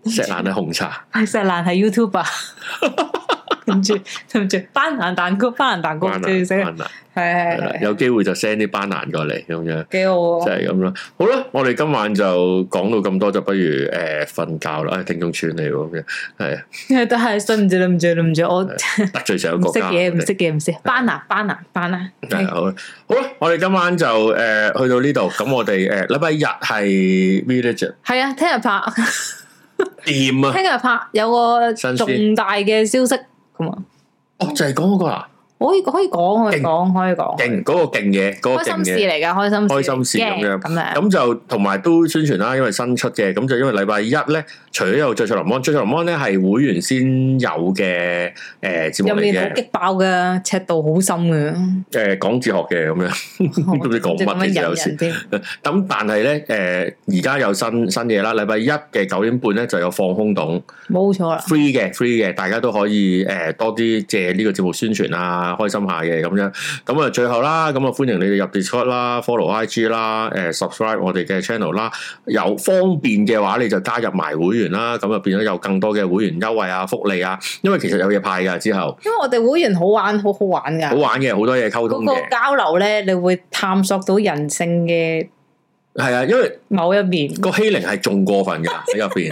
B: 石蘭係紅茶，
A: 係石蘭係 YouTuber，對唔啊住對唔住，斑蘭蛋糕斑蘭蛋糕
B: 斑
A: 最
B: 蘭，
A: 食，係
B: 斑蘭
A: 係
B: 係啦，
A: 係
B: 有機會就 send 啲斑蘭過嚟咁樣。
A: 幾好啊喎。
B: 就係咁啦，好啦，我哋今晚就講到咁多，就不如誒瞓、覺啦。唉、聽眾串你喎，咁樣
A: <laughs>
B: 係啊
A: 都係對唔住對唔住對唔住，我唔
B: 得罪成個國
A: 識
B: 家。
A: 嘢
B: 我
A: 唔
B: 哋
A: 識嘢唔識，啊斑蘭斑蘭斑蘭，
B: 係啊好啦，好啦，我哋今晚就誒、呃去到呢度，咁我哋誒禮拜日係 Village
A: 係啊，聽日
B: <laughs>
A: 拍。
B: 掂啊！
A: 聽日拍有個
B: 新鮮
A: 重大嘅消息咁啊，
B: 哦，就係講嗰個啊，
A: 可以可以講可以
B: 勁
A: 講可以講，
B: 勁嗰個勁嘢，嗰個
A: 開
B: 勁
A: 心事
B: 嘢。
A: 嚟㗎，開心
B: 開心事
A: Yeah，
B: 咁樣
A: 咁樣
B: 咁就同埋都宣傳啦，因為新出嘅，咁就因為禮拜一咧，除咗有最翠林安，最翠林安咧係會員先有嘅誒節
A: 入
B: 目嚟
A: 面好
B: 嘅，
A: 激爆嘅，尺度好深
B: <laughs>
A: 嘅，
B: 誒講哲學嘅咁樣， <laughs> 都唔知講乜其實有時
A: 先？
B: 咁但係咧誒而家有新新嘢啦，禮拜一嘅九點半咧就有放空洞。
A: 冇錯啦，
B: free 嘅 free 嘅，大家都可以誒、呃多啲借呢個節目宣傳啊，開心下嘅咁樣。咁啊，最後啦，咁啊歡迎你哋入 Discord 啦，follow IG 啦，誒、subscribe 呃我哋嘅 channel 啦。有方便嘅話，你就加入埋會員啦，咁啊變咗有更多嘅會員優惠啊、福利啊。因為其實有嘢派㗎，之後
A: 因為我哋會員好玩，好好玩
B: 好
A: 㗎。
B: 玩嘅，好多嘢溝
A: 嗰
B: 通
A: 個
B: 嘅。
A: 交流咧，你會探索到人性嘅
B: 係啊，因為
A: 某一面。
B: 個欺凌係仲過分㗎喺入邊。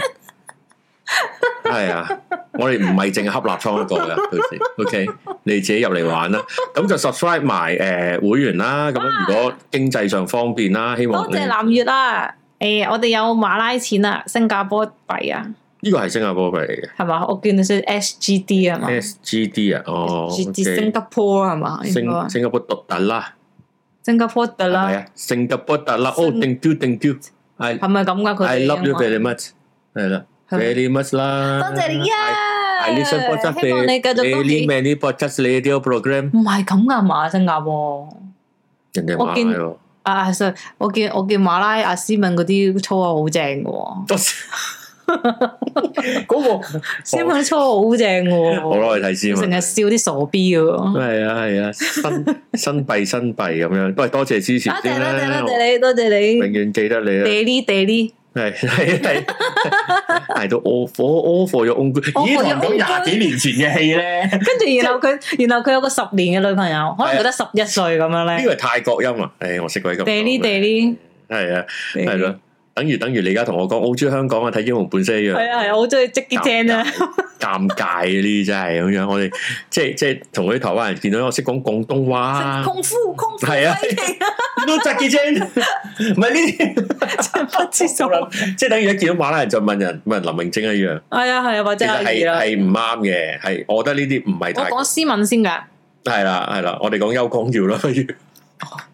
B: 係啊，我哋唔係淨係恰立倉一個㗎，到時 OK，你自己入嚟玩啦。咁就 subscribe 埋誒會員啦。咁樣如果經濟上方便啦，希望
A: 多
B: 你
A: 謝南啊月啦，誒，我哋有馬拉錢啊，新加坡幣啊，
B: 呢個係新加坡幣嚟
A: 係嘛？我見到先 SGD 啊嘛
B: 嘅 SGD 啊，哦
A: SGD
B: ，OK
A: 新加坡係嘛？應該
B: 新新加坡獨特啦，
A: 新加坡得
B: 係
A: 啦。
B: 啊，新加坡特啦，哦
A: 新
B: ，thank you，thank you，I
A: 係咪咁噶？佢
B: I
A: 哋
B: love you
A: 英文
B: very much，係啦
A: 係咪
B: ，very much 啦，
A: 多謝你啊！
B: I listen podcast
A: 希望你繼續都
B: daily
A: 起。
B: many podcast radio program。
A: 唔係咁噶嘛，新加坡
B: 人哋
A: 我
B: 買
A: 見
B: 喎，
A: 啊，其實我見我見馬拉阿斯敏嗰啲粗口好正嘅
B: 哦
A: 喎，
B: <laughs> 嗰個
A: 斯敏粗口好正嘅
B: 好
A: 喎，
B: 耐睇先
A: 成日
B: 啊！
A: 笑啲傻逼嘅喎。
B: 係啊係啊，新新幣新幣咁樣，喂，多謝支持
A: 多謝
B: 先
A: 多謝
B: 啦
A: 多！謝你，多謝
B: 我永
A: 你
B: 遠記得你啦，
A: ，daily daily
B: 係係 <laughs> 係捱到 all for all for your own good。
A: All
B: 咦，
A: for
B: 同
A: your
B: 人講
A: own
B: 廿
A: good
B: 幾年前嘅戲咧，呢
A: 跟住然後佢，然後佢有個十年嘅女朋友，可能佢得十一歲咁樣咧。
B: 個係泰國音啊！唉，我識鬼咁講
A: 地呢
B: 嘅。
A: 地呢，
B: 係啊，
A: 地
B: 係
A: 呢
B: 咯，等於等於你而家同我講澳珠香港啊，睇英雄本色一樣。
A: 係啊係啊，我好中意 Jackie Chan 啊，
B: 尷尬呢啲真係咁樣，我哋即係即係同嗰啲台灣人見到我識講廣東話，
A: 功夫功夫
B: <laughs> 係啊
A: 犀利啊，
B: 都扎
A: <laughs>
B: 嘅啫，唔係呢
A: 真係不知所謂。
B: 啲，即係等於一見到馬拉人就問人問林明晶一樣，
A: 係啊係啊，或
B: 其
A: 者阿
B: 實係
A: 儀啦。
B: 係唔啱嘅，係我覺得呢啲唔係
A: 我
B: 太
A: 講斯文先㗎，
B: 係啦係啦，我哋講邱光耀啦，不如
A: 哦
B: <laughs>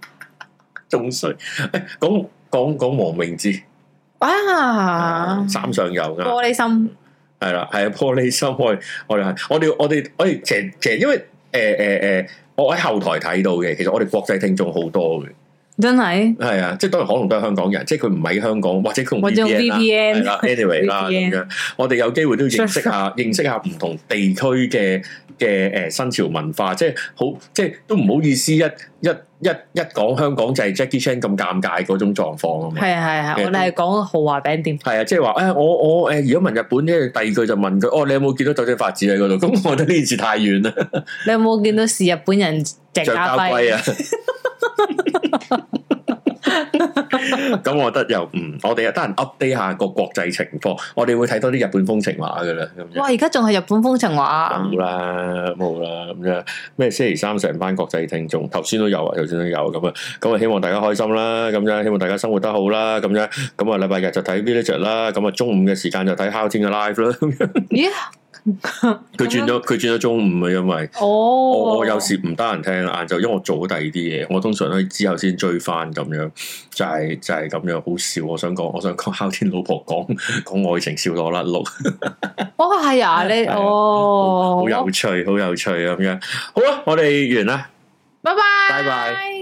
B: 仲衰，誒講講講黃明志
A: 啊，
B: 三上悠亞。
A: 玻璃心，
B: 係啦，係啊，玻璃心我哋我哋係我哋我哋我哋其實其實因為誒誒誒，我喺後台睇到嘅，其實我哋國際聽眾好多嘅，
A: 真係
B: 係啊，即係當然可能都係香港人，即係佢唔喺香港或者佢用
A: 或者用
B: VPN 啦
A: VPN
B: 係啦，anyway
A: <laughs>
B: 啦咁
A: VPN
B: 樣，我哋有機會都要認識下認識下唔同地區嘅嘅誒呃新潮文化，即係好即係都唔好意思一一一一講香港就係 Jackie Chan 咁尷尬嗰種狀況啊嘛。
A: 係啊係啊，
B: 其實
A: 我哋係講豪華餅店，
B: 係啊，即係話誒，我我誒，如果問日本咧，第二句就問佢，哦，你有冇見到酒井法子喺嗰度？ <laughs> 咁我覺得呢件事太遠啦，
A: 你有冇見到是日本人鄭
B: 着
A: 家
B: 交
A: 輝
B: 龜？啊！ <laughs> 咁我覺得又嗯，我哋又得閒 update 下個國際情況，我哋會睇多啲日本風情畫噶啦，咁樣
A: 哇！而家仲係日本風情畫啊
B: <laughs> 冇，啦冇啦咁樣咩星期三成班國際聽眾，頭先都有啊，頭先都有咁啊，咁啊希望大家開心啦，咁樣希望大家生活得好啦，咁樣咁啊禮拜日就睇 Village 啦，咁啊中午嘅時間就睇 How 天嘅 live 啦，咁樣
A: 咦？
B: 佢轉咗佢轉咗中午啊，因為。
A: 哦，
B: 我我有時唔得閒聽啦，晏晝因為我做咗第二啲嘢，我通常都係之後先追翻咁樣，就係、就係、咁樣，好笑。我想講，我想講 <laughs> 哮天老婆講講愛情笑到我甩碌，
A: 哦係啊，你
B: 係啊
A: 哦
B: 啊好，有趣，好有趣咁樣。好啦，我哋完啦。
A: 拜拜，
B: 拜拜。